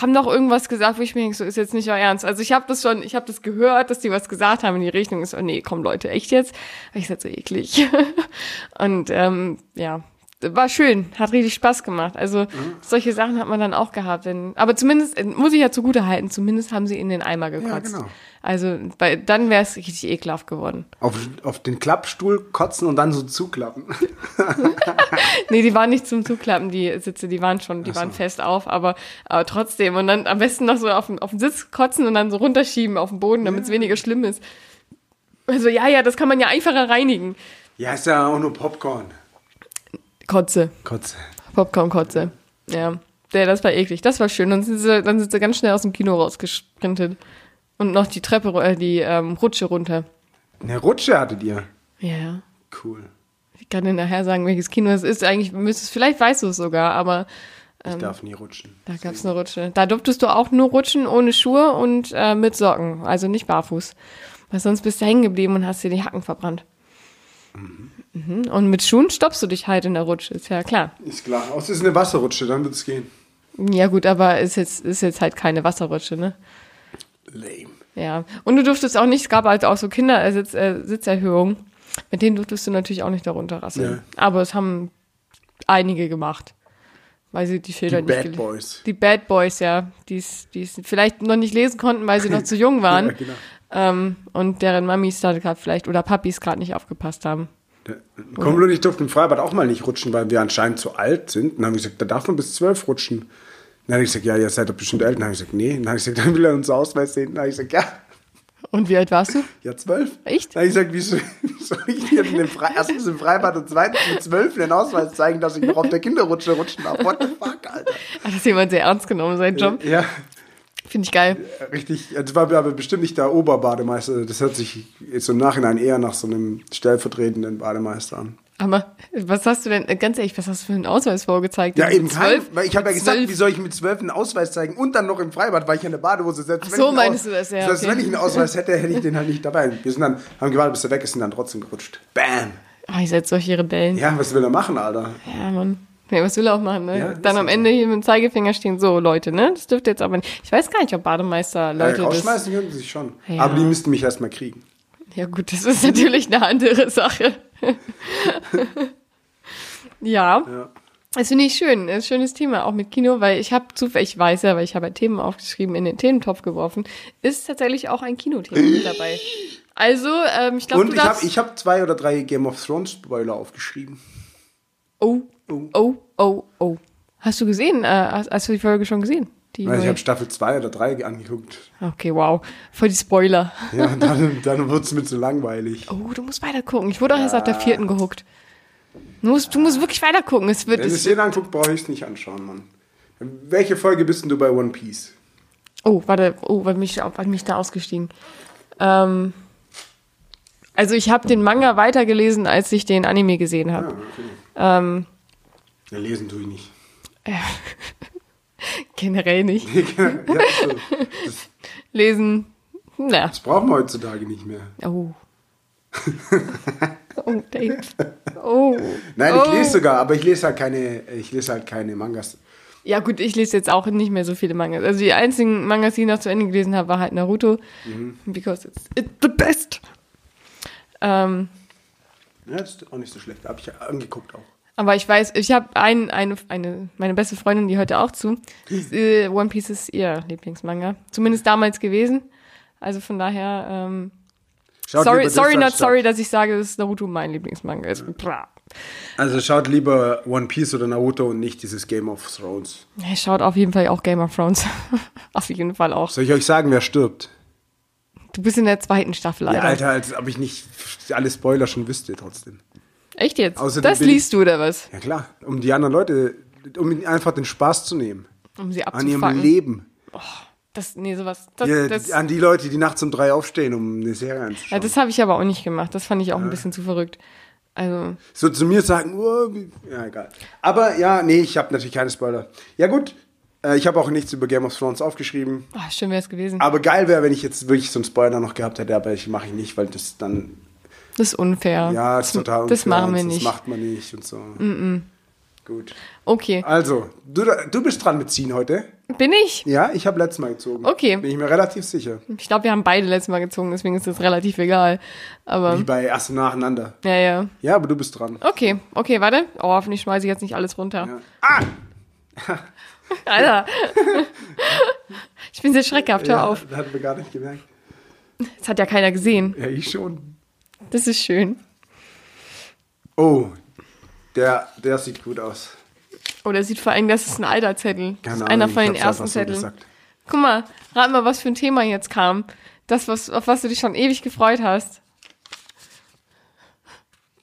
Speaker 2: haben noch irgendwas gesagt, wo ich mir denke, so ist jetzt nicht euer Ernst. Also ich habe das schon, ich habe das gehört, dass die was gesagt haben in die Richtung. Ist, so, oh nee, komm Leute, echt jetzt? Aber ich sag so eklig. und ähm, ja, war schön, hat richtig Spaß gemacht. Also solche Sachen hat man dann auch gehabt. Denn, aber zumindest, äh, muss ich ja zugute halten, zumindest haben sie in den Eimer gekotzt.
Speaker 1: genau.
Speaker 2: Also bei, dann wäre es richtig ekelhaft geworden.
Speaker 1: Auf, auf den Klappstuhl kotzen und dann so zuklappen.
Speaker 2: Nee, die waren nicht zum Zuklappen, die Sitze, die waren schon, die waren fest auf, aber, aber trotzdem. Und dann am besten noch so auf den, auf den Sitz kotzen und dann so runterschieben auf den Boden, damit es weniger schlimm ist. Also ja, ja, das kann man ja einfacher reinigen.
Speaker 1: Ja, ist ja auch nur Popcorn.
Speaker 2: Kotze,
Speaker 1: Kotze.
Speaker 2: Popcorn-Kotze. Ja, der, das war eklig, das war schön. Dann sind sie, dann sind sie ganz schnell aus dem Kino rausgesprintet. Und noch die Treppe, ru- äh, die ähm, Rutsche runter.
Speaker 1: Eine Rutsche hattet ihr.
Speaker 2: Ja, ja.
Speaker 1: Cool.
Speaker 2: Ich kann dir nachher sagen, welches Kino es ist. Eigentlich müsstest, vielleicht weißt du es sogar, aber
Speaker 1: Ich darf nie rutschen.
Speaker 2: Da gab's eine Rutsche. Da durftest du auch nur rutschen ohne Schuhe und äh, mit Socken, also nicht barfuß. Weil sonst bist du hängen geblieben und hast dir die Hacken verbrannt. Mhm. Und mit Schuhen stoppst du dich halt in der Rutsche, ist ja klar.
Speaker 1: Ist klar. Außer es ist eine Wasserrutsche, dann wird es gehen.
Speaker 2: Ja gut, aber ist jetzt, ist jetzt halt keine Wasserrutsche, ne?
Speaker 1: Lame.
Speaker 2: Ja. Und du durftest auch nicht, es gab halt auch so Kindersitz, äh, Sitzerhöhungen. Mit denen durftest du natürlich auch nicht darunter rasseln. Aber es haben einige gemacht. Weil sie die Schilder
Speaker 1: Die
Speaker 2: nicht
Speaker 1: Bad
Speaker 2: gele-
Speaker 1: Boys.
Speaker 2: Die Bad Boys, ja. Die es die's vielleicht noch nicht lesen konnten, weil sie noch zu jung waren.
Speaker 1: Ja, genau.
Speaker 2: ähm, und deren Mamis da grad vielleicht oder Papis gerade nicht aufgepasst haben.
Speaker 1: Da- Kommel und ich durften im Freibad auch mal nicht rutschen, weil wir anscheinend zu alt sind. Und dann haben wir gesagt, da darf man bis zwölf rutschen. Dann habe ich gesagt, ja, ihr seid doch bestimmt älter. Dann habe ich gesagt, nee. Dann habe ich gesagt, dann will er unser Ausweis sehen. Dann habe ich gesagt, ja,
Speaker 2: Und wie alt warst du?
Speaker 1: ja, zwölf.
Speaker 2: Echt?
Speaker 1: Dann habe ich gesagt, wieso soll ich denn im Fre erstens im Freibad und zweitens mit zwölf den Ausweis zeigen, dass ich noch auf der Kinderrutsche rutschen darf? What the fuck, Alter?
Speaker 2: Hat das jemand sehr ernst genommen, sein Job?
Speaker 1: Ja, Äh.
Speaker 2: Finde ich geil.
Speaker 1: richtig. Das war aber bestimmt nicht der Oberbademeister. Das hört sich jetzt im Nachhinein eher nach so einem stellvertretenden Bademeister an.
Speaker 2: Aber was hast du denn, äh, ganz ehrlich, was hast du für einen Ausweis vorgezeigt?
Speaker 1: Ja,
Speaker 2: Mit
Speaker 1: eben kein,
Speaker 2: zwölf?
Speaker 1: weil ich habe ja
Speaker 2: Mit
Speaker 1: gesagt,
Speaker 2: zwölf?
Speaker 1: wie soll ich mit zwölf einen Ausweis zeigen und dann noch im Freibad, weil ich ja eine Badehose selbst
Speaker 2: Ach
Speaker 1: wenn
Speaker 2: so,
Speaker 1: ich einen
Speaker 2: meinst
Speaker 1: Aus-
Speaker 2: du das, ja,
Speaker 1: Selbst
Speaker 2: okay.
Speaker 1: wenn ich einen Ausweis hätte, hätte ich den halt nicht dabei. Wir sind dann, haben gewartet, bis er weg ist, sind dann trotzdem gerutscht. Bam!
Speaker 2: Ah, ihr seid solche Rebellen.
Speaker 1: Ja, was will er machen, Alter?
Speaker 2: Ja, Mann. Nee, was will er auch machen, ne?
Speaker 1: Ja,
Speaker 2: Dann
Speaker 1: ist
Speaker 2: am
Speaker 1: so.
Speaker 2: Ende hier mit dem Zeigefinger stehen, so Leute, ne? Das dürfte jetzt aber nicht. Ich weiß gar nicht, ob Bademeister Leute
Speaker 1: äh,
Speaker 2: das.
Speaker 1: rausschmeißen könnten sie sich schon.
Speaker 2: Ja.
Speaker 1: Aber die müssten mich erstmal kriegen.
Speaker 2: Ja, gut, das ist natürlich eine andere Sache. ja.
Speaker 1: Ja.
Speaker 2: Das finde ich schön. Das ist ein schönes Thema, auch mit Kino, weil ich habe zufällig, ich weiß ja, weil ich habe ja Themen aufgeschrieben, in den Thementopf geworfen, ist tatsächlich auch ein Kinothema mit dabei. Also, ähm, ich glaube,
Speaker 1: Und
Speaker 2: du
Speaker 1: ich habe
Speaker 2: darfst...
Speaker 1: ich hab zwei oder drei Game of Thrones Spoiler aufgeschrieben.
Speaker 2: oh, oh, oh, oh. Hast du gesehen? Äh, hast, hast du die Folge schon gesehen? Die
Speaker 1: Also ich
Speaker 2: neue?
Speaker 1: habe Staffel 2 oder 3 angeguckt.
Speaker 2: okay, wow. Voll die Spoiler.
Speaker 1: Ja, dann, dann wird es mir zu langweilig.
Speaker 2: Oh, du musst weiter gucken. Ich wurde auch erst auf der vierten gehuckt. Du musst, du musst wirklich weiter gucken. Es wird...
Speaker 1: Wenn es
Speaker 2: Es,
Speaker 1: jeder anguckt, brauche ich es nicht anschauen, Mann. Welche Folge bist denn du bei One Piece?
Speaker 2: oh, warte. Oh, weil mich, weil mich da ausgestiegen. Ähm, also ich habe den Manga weitergelesen, als ich den Anime gesehen habe.
Speaker 1: Ah, okay.
Speaker 2: Ähm,
Speaker 1: Ja, lesen tue ich nicht.
Speaker 2: generell nicht.
Speaker 1: ja, so.
Speaker 2: Lesen, na,
Speaker 1: Das brauchen wir heutzutage nicht mehr.
Speaker 2: oh. oh, Dave. Oh.
Speaker 1: Nein,
Speaker 2: Oh.
Speaker 1: ich lese sogar, aber ich lese halt keine, ich lese halt keine Mangas.
Speaker 2: Ja gut, ich lese jetzt auch nicht mehr so viele Mangas. Also die einzigen Mangas, die ich noch zu Ende gelesen habe, war halt Naruto.
Speaker 1: Mhm.
Speaker 2: Because it's, it's the best. Ähm,
Speaker 1: Ja, das ist auch nicht so schlecht. Habe ich ja angeguckt auch.
Speaker 2: aber ich weiß, ich habe ein, eine, eine, meine beste Freundin, die hörte auch zu. Ist, äh, One Piece ist ihr Lieblingsmanga. Zumindest damals gewesen. Also von daher, ähm,
Speaker 1: Schaut
Speaker 2: sorry,
Speaker 1: lieber das
Speaker 2: sorry,
Speaker 1: an
Speaker 2: not
Speaker 1: statt-
Speaker 2: sorry, dass ich sage, dass Naruto mein Lieblingsmanga ist.
Speaker 1: Mhm.
Speaker 2: Bra.
Speaker 1: Also schaut lieber One Piece oder Naruto und nicht dieses Game of Thrones.
Speaker 2: Er schaut auf jeden Fall auch Game of Thrones. auf jeden Fall auch.
Speaker 1: Soll ich euch sagen, wer stirbt?
Speaker 2: Du bist in der zweiten Staffel,
Speaker 1: Ja,
Speaker 2: Alter.
Speaker 1: Alter, als ob ich nicht alle Spoiler schon wüsste trotzdem.
Speaker 2: Echt jetzt?
Speaker 1: Außerdem
Speaker 2: das
Speaker 1: bin ich-
Speaker 2: liest du oder was?
Speaker 1: Ja klar, um die anderen Leute, um ihnen einfach den Spaß zu nehmen.
Speaker 2: Um sie
Speaker 1: An ihrem
Speaker 2: abzufangen.
Speaker 1: Leben.
Speaker 2: Das, nee, sowas. Das,
Speaker 1: Ja,
Speaker 2: das,
Speaker 1: an die Leute, die nachts um drei aufstehen, um eine Serie
Speaker 2: ja,
Speaker 1: anzuschauen.
Speaker 2: das habe ich aber auch nicht gemacht. Das fand ich auch ein bisschen zu verrückt. Also,
Speaker 1: so zu mir sagen, oh, wie- ja, egal. Aber ja, nee, ich habe natürlich keine Spoiler. Ja gut, äh, ich habe auch nichts über Game of Thrones aufgeschrieben.
Speaker 2: ah, schön wäre es gewesen.
Speaker 1: Aber geil wäre, wenn ich jetzt wirklich so einen Spoiler noch gehabt hätte, aber ich mache ich nicht, weil das dann,
Speaker 2: Das ist unfair.
Speaker 1: ja, ist total unfair
Speaker 2: Das machen
Speaker 1: und
Speaker 2: wir
Speaker 1: das
Speaker 2: nicht.
Speaker 1: macht man nicht und so. Gut.
Speaker 2: Okay.
Speaker 1: Also, du, du bist dran mit Ziehen heute.
Speaker 2: Bin ich?
Speaker 1: Ja, ich habe letztes Mal gezogen.
Speaker 2: Okay.
Speaker 1: Bin ich mir relativ sicher.
Speaker 2: Ich glaube, wir haben beide letztes Mal gezogen, deswegen ist das relativ egal. Aber,
Speaker 1: Wie bei erst nacheinander.
Speaker 2: ja, ja.
Speaker 1: Ja, aber du bist dran.
Speaker 2: Okay, okay, warte. Oh, hoffentlich schmeiße ich jetzt nicht alles runter.
Speaker 1: Ja. Ah!
Speaker 2: Alter. ich bin sehr schreckhaft, hör
Speaker 1: ja,
Speaker 2: auf.
Speaker 1: Das hatten wir gar nicht gemerkt.
Speaker 2: Das hat ja keiner gesehen.
Speaker 1: Ja, ich schon.
Speaker 2: Das ist schön.
Speaker 1: Oh, der, der sieht gut aus.
Speaker 2: Oder sieht vor allem, das ist ein alter Zettel. Das
Speaker 1: Keine
Speaker 2: ist
Speaker 1: Ahnung.
Speaker 2: einer von
Speaker 1: ich
Speaker 2: den
Speaker 1: hab's
Speaker 2: ersten
Speaker 1: einfach so
Speaker 2: Zetteln.
Speaker 1: gesagt.
Speaker 2: Guck mal, rat mal, was für ein Thema jetzt kam. Das, was, auf was du dich schon ewig gefreut hast.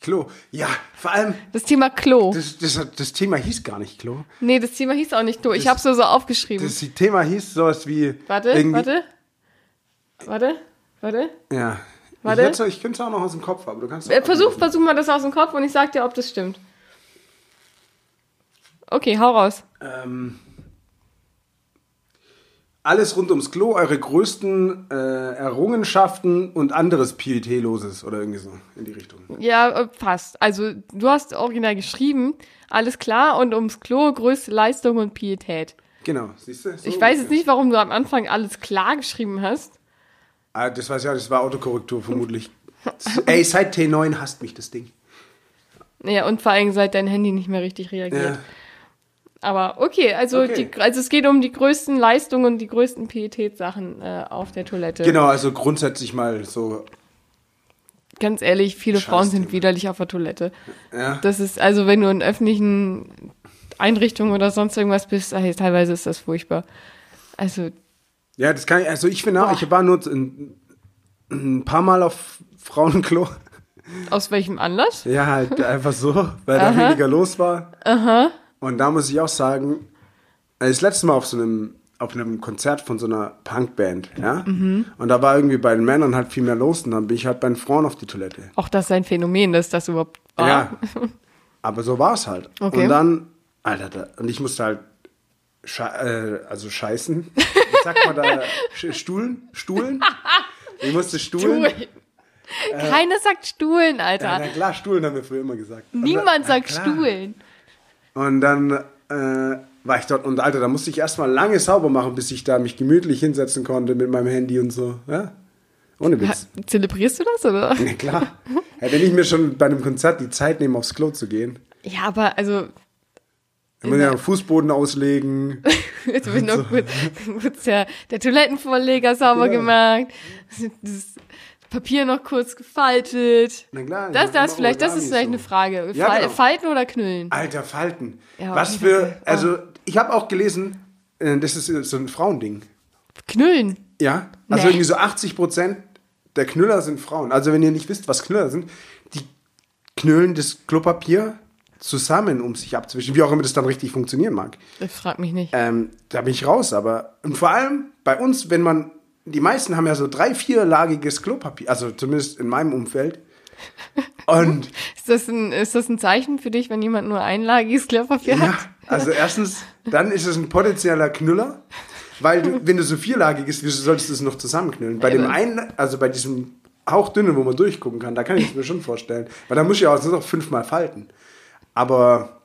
Speaker 1: Klo. Ja, vor allem,
Speaker 2: Das Thema Klo.
Speaker 1: das, das, das Thema hieß gar nicht Klo.
Speaker 2: nee, das Thema hieß auch nicht Klo. Ich
Speaker 1: das-
Speaker 2: hab's nur so aufgeschrieben.
Speaker 1: Das Thema hieß sowas wie.
Speaker 2: warte,
Speaker 1: irgendwie-
Speaker 2: warte. Warte, warte.
Speaker 1: Ja.
Speaker 2: Warte.
Speaker 1: Ich, hätte- ich könnte es auch noch aus dem Kopf, aber du kannst.
Speaker 2: Äh, versuch, versuch mal das aus dem Kopf und ich sag dir, ob das stimmt. Okay, hau raus.
Speaker 1: Ähm, alles rund ums Klo, eure größten äh, Errungenschaften und anderes Pietätloses oder irgendwie so in die Richtung.
Speaker 2: Ja, äh, passt. Also, du hast original geschrieben, alles klar und ums Klo größte Leistung und Pietät.
Speaker 1: Genau, siehst du? So
Speaker 2: Ich weiß
Speaker 1: ungefähr.
Speaker 2: jetzt nicht, warum du am Anfang alles klar geschrieben hast.
Speaker 1: Ah, das weiß ich ja, das war Autokorrektur vermutlich. Ey, seit T9 hasst mich das Ding.
Speaker 2: Ja, und vor allem seit dein Handy nicht mehr richtig reagiert.
Speaker 1: Ja.
Speaker 2: Aber okay, also,
Speaker 1: Okay.
Speaker 2: Die, also es geht um die größten Leistungen und die größten Pietätssachen äh, auf der Toilette.
Speaker 1: Genau, also grundsätzlich mal so.
Speaker 2: Ganz ehrlich, viele
Speaker 1: Scheiß
Speaker 2: Frauen sind
Speaker 1: Thema.
Speaker 2: widerlich auf der Toilette.
Speaker 1: Ja.
Speaker 2: Das ist, also wenn du in öffentlichen Einrichtungen oder sonst irgendwas bist, ey, teilweise ist das furchtbar. Also,
Speaker 1: Ja, das kann ich, also ich finde auch, ich war nur ein, ein paar Mal auf Frauenklo.
Speaker 2: aus welchem Anlass?
Speaker 1: Ja, halt einfach so, weil da weniger los war. Und da muss ich auch sagen, also das letzte Mal auf so einem, auf einem Konzert von so einer Punkband, ja. Und da war irgendwie bei den Männern halt viel mehr los und dann bin ich halt bei den Frauen auf die Toilette.
Speaker 2: Auch das ist ein Phänomen, dass das überhaupt war.
Speaker 1: Ja. Aber so war es halt.
Speaker 2: Okay.
Speaker 1: Und dann, Alter, da, und ich musste halt, sche äh, also scheißen. Wie sagt man da? Sch- Stuhlen? Stuhlen? Ich musste stuhlen.
Speaker 2: Stuhlen. Keiner sagt Stuhlen,
Speaker 1: Ja,
Speaker 2: Alter.
Speaker 1: na klar, Stuhlen haben wir früher immer gesagt.
Speaker 2: Niemand sagt
Speaker 1: Stuhl
Speaker 2: Stuhlen.
Speaker 1: Und dann äh, war ich dort und Alter, da musste ich erstmal lange sauber machen, bis ich da mich gemütlich hinsetzen konnte mit meinem Handy und so. Ja? Ohne Witz.
Speaker 2: Ha- Zelebrierst du das, oder?
Speaker 1: Na klar. Ja, wenn ich mir schon bei einem Konzert die Zeit nehme, aufs Klo zu gehen,
Speaker 2: Ja, aber also,
Speaker 1: dann muss ich ja Fußboden auslegen.
Speaker 2: jetzt bin ich noch
Speaker 1: Also.
Speaker 2: gut. Dann wird's ja der Toilettenvorleger sauber
Speaker 1: Ja.
Speaker 2: gemacht, das Papier noch kurz gefaltet.
Speaker 1: Na klar.
Speaker 2: Das,
Speaker 1: ich mach
Speaker 2: das,
Speaker 1: immer
Speaker 2: vielleicht, das
Speaker 1: Origami
Speaker 2: ist vielleicht
Speaker 1: so.
Speaker 2: eine Frage.
Speaker 1: Ja,
Speaker 2: Fal-
Speaker 1: genau.
Speaker 2: Falten oder knüllen?
Speaker 1: Alter Falten.
Speaker 2: Ja,
Speaker 1: Was
Speaker 2: okay,
Speaker 1: für,
Speaker 2: okay. Oh.
Speaker 1: also ich habe auch gelesen, äh, das ist so ein Frauending.
Speaker 2: Knüllen.
Speaker 1: Ja, also
Speaker 2: Nee.
Speaker 1: irgendwie so 80 Prozent der Knüller sind Frauen. Also wenn ihr nicht wisst, was Knüller sind, die knüllen das Klopapier zusammen, um sich abzuwischen, wie auch immer das dann richtig funktionieren mag.
Speaker 2: Ich frag mich nicht.
Speaker 1: Ähm, da bin ich raus, aber und vor allem bei uns, wenn man, die meisten haben ja so drei, vierlagiges Klopapier, also zumindest in meinem Umfeld. Und
Speaker 2: Ist das ein, ist das ein Zeichen für dich, wenn jemand nur einlagiges Klärpapier
Speaker 1: Ja,
Speaker 2: hat?
Speaker 1: also erstens, dann ist es ein potenzieller Knüller, weil du, wenn du so vierlagig ist, wieso solltest du es noch zusammenknüllen? Bei dem
Speaker 2: Eben.
Speaker 1: einen, also bei diesem hauchdünnen, wo man durchgucken kann, da kann ich es mir schon vorstellen, weil da muss ich ja auch nur noch fünfmal falten. Aber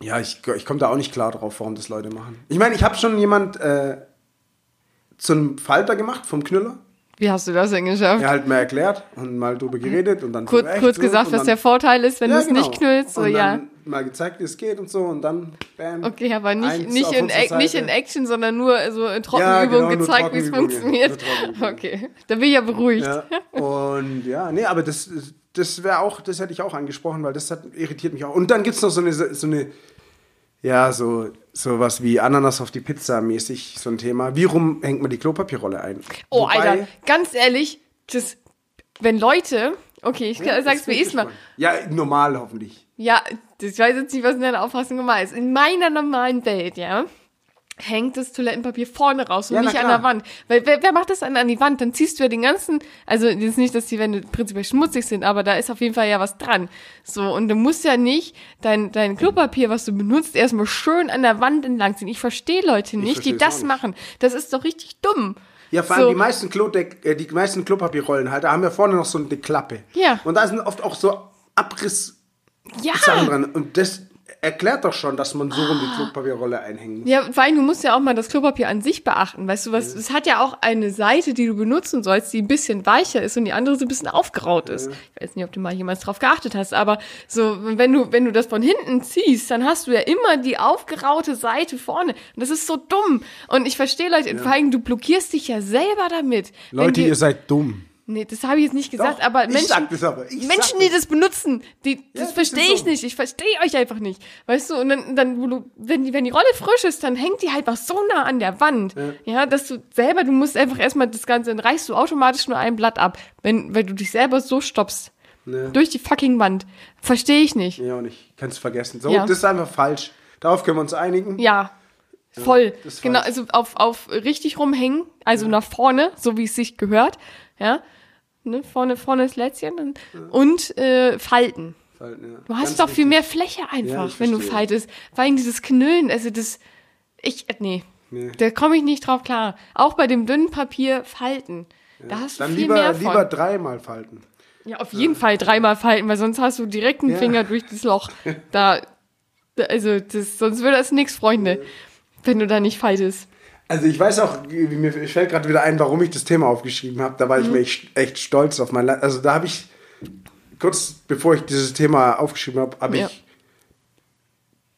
Speaker 1: ja, ich, ich komme da auch nicht klar drauf, warum das Leute machen. Ich meine, ich habe schon jemand äh, zum Falter gemacht vom Knüller.
Speaker 2: Wie hast du das denn geschafft?
Speaker 1: Er halt mal erklärt und mal drüber geredet und dann so,
Speaker 2: kurz
Speaker 1: echt
Speaker 2: kurz
Speaker 1: so,
Speaker 2: gesagt,
Speaker 1: und
Speaker 2: was
Speaker 1: dann-
Speaker 2: der Vorteil ist, wenn
Speaker 1: ja,
Speaker 2: du es
Speaker 1: genau.
Speaker 2: nicht knüllst. So,
Speaker 1: und
Speaker 2: ja.
Speaker 1: Dann mal gezeigt, wie es geht und so und dann bam.
Speaker 2: Okay, aber nicht,
Speaker 1: eins
Speaker 2: nicht,
Speaker 1: auf
Speaker 2: in,
Speaker 1: unsere
Speaker 2: Ac- nicht in
Speaker 1: Seite.
Speaker 2: Action, sondern nur so in
Speaker 1: Ja,
Speaker 2: Trockenübung
Speaker 1: genau, nur
Speaker 2: gezeigt, wie es
Speaker 1: Trockenübungen,
Speaker 2: funktioniert.
Speaker 1: nur Trockenübungen.
Speaker 2: Okay, da bin ich ja beruhigt.
Speaker 1: Ja. Und ja, nee, aber das, das wäre auch, das hätte ich auch angesprochen, weil das hat, irritiert mich auch. Und dann gibt es noch so eine, so eine, ja, so, so was wie Ananas auf die Pizza mäßig, so ein Thema. Wie rum hängt man die Klopapierrolle ein?
Speaker 2: Oh,
Speaker 1: Wobei-
Speaker 2: Alter, ganz ehrlich, das, wenn Leute, okay, ich
Speaker 1: Ja,
Speaker 2: sag's mir
Speaker 1: bin ich
Speaker 2: erstmal,
Speaker 1: gespannt. Ja, normal hoffentlich.
Speaker 2: Ja, das- ich weiß jetzt nicht, was in deiner Auffassung normal ist. In meiner normalen Welt, ja, hängt das Toilettenpapier vorne raus und
Speaker 1: Ja, na
Speaker 2: nicht an
Speaker 1: klar.
Speaker 2: der Wand. Weil wer, wer macht das an, an die Wand? Dann ziehst du ja den ganzen, also jetzt nicht, dass die Wände prinzipiell schmutzig sind, aber da ist auf jeden Fall ja was dran. So, und du musst ja nicht dein, dein Klopapier, was du benutzt, erstmal schön an der Wand entlangziehen. Ich verstehe Leute nicht, die
Speaker 1: versteh's auch
Speaker 2: das
Speaker 1: nicht.
Speaker 2: machen. Das ist doch richtig dumm.
Speaker 1: Ja, vor allem
Speaker 2: So.
Speaker 1: die meisten, Klodeck, äh, die meisten Klopapierrollenhalter haben ja vorne noch so eine Klappe.
Speaker 2: Ja.
Speaker 1: Und da sind oft auch so Abriss
Speaker 2: Ja.
Speaker 1: Sachen dran. Und das erklärt doch schon, dass man so rum
Speaker 2: Ah.
Speaker 1: die Klopapierrolle einhängen muss.
Speaker 2: Ja, vor allem, du musst ja auch mal das Klopapier an sich beachten. Weißt du, was, es hat ja auch eine Seite, die du benutzen sollst, die ein bisschen weicher ist und die andere so ein bisschen aufgeraut ist. Ich weiß nicht, ob du mal jemals drauf geachtet hast, aber so, wenn du, wenn du das von hinten ziehst, dann hast du ja immer die aufgeraute Seite vorne. Und das ist so dumm. Und ich verstehe Leute, vor allem, du blockierst dich ja selber damit. Wenn
Speaker 1: Leute,
Speaker 2: dir-
Speaker 1: ihr seid dumm.
Speaker 2: Nee, das habe ich jetzt nicht gesagt,
Speaker 1: Doch,
Speaker 2: aber
Speaker 1: ich
Speaker 2: Menschen,
Speaker 1: sag das aber, ich sag
Speaker 2: Menschen
Speaker 1: das.
Speaker 2: die das benutzen, die, das
Speaker 1: das
Speaker 2: verstehe
Speaker 1: ist
Speaker 2: ich
Speaker 1: so.
Speaker 2: nicht. Ich verstehe euch einfach nicht. Weißt du, und dann, dann wenn, die, wenn die Rolle frisch ist, dann hängt die halt auch so nah an der Wand. Ja, dass du selber, du musst einfach erstmal das Ganze, dann reißt du automatisch nur ein Blatt ab, wenn, weil du dich selber so stoppst.
Speaker 1: Ja.
Speaker 2: Durch die fucking Wand. Verstehe ich nicht.
Speaker 1: Ja, und ich kann es vergessen. So,
Speaker 2: Ja.
Speaker 1: das ist einfach falsch. Darauf können wir uns einigen.
Speaker 2: Ja. Voll.
Speaker 1: das ist
Speaker 2: genau,
Speaker 1: falsch.
Speaker 2: also auf, auf richtig rumhängen, also nach vorne, so wie es sich gehört. Ja. Ne, vorne, vorne das Lätzchen und, und äh, falten.
Speaker 1: Falten, ja.
Speaker 2: Du
Speaker 1: Ganz
Speaker 2: hast doch viel
Speaker 1: richtig.
Speaker 2: mehr Fläche einfach,
Speaker 1: ich
Speaker 2: wenn du
Speaker 1: verstehe.
Speaker 2: faltest. Vor allem dieses Knüllen, also das. Ich. Äh, nee.
Speaker 1: Nee.
Speaker 2: Da komme ich nicht drauf klar. Auch bei dem dünnen Papier falten. Da hast du
Speaker 1: Dann
Speaker 2: viel
Speaker 1: lieber,
Speaker 2: mehr von.
Speaker 1: lieber dreimal falten.
Speaker 2: Ja, auf jeden Fall dreimal falten, weil sonst hast du direkt einen
Speaker 1: Ja.
Speaker 2: Finger durch das Loch. Da, da also das, sonst würde das nix, Freunde, wenn du da nicht faltest.
Speaker 1: Also ich weiß auch, wie mir fällt gerade wieder ein, warum ich das Thema aufgeschrieben habe. Da war
Speaker 2: Mhm.
Speaker 1: ich mir echt, echt stolz auf mein Land. Also da habe ich, kurz bevor ich dieses Thema aufgeschrieben habe, habe
Speaker 2: Ja.
Speaker 1: ich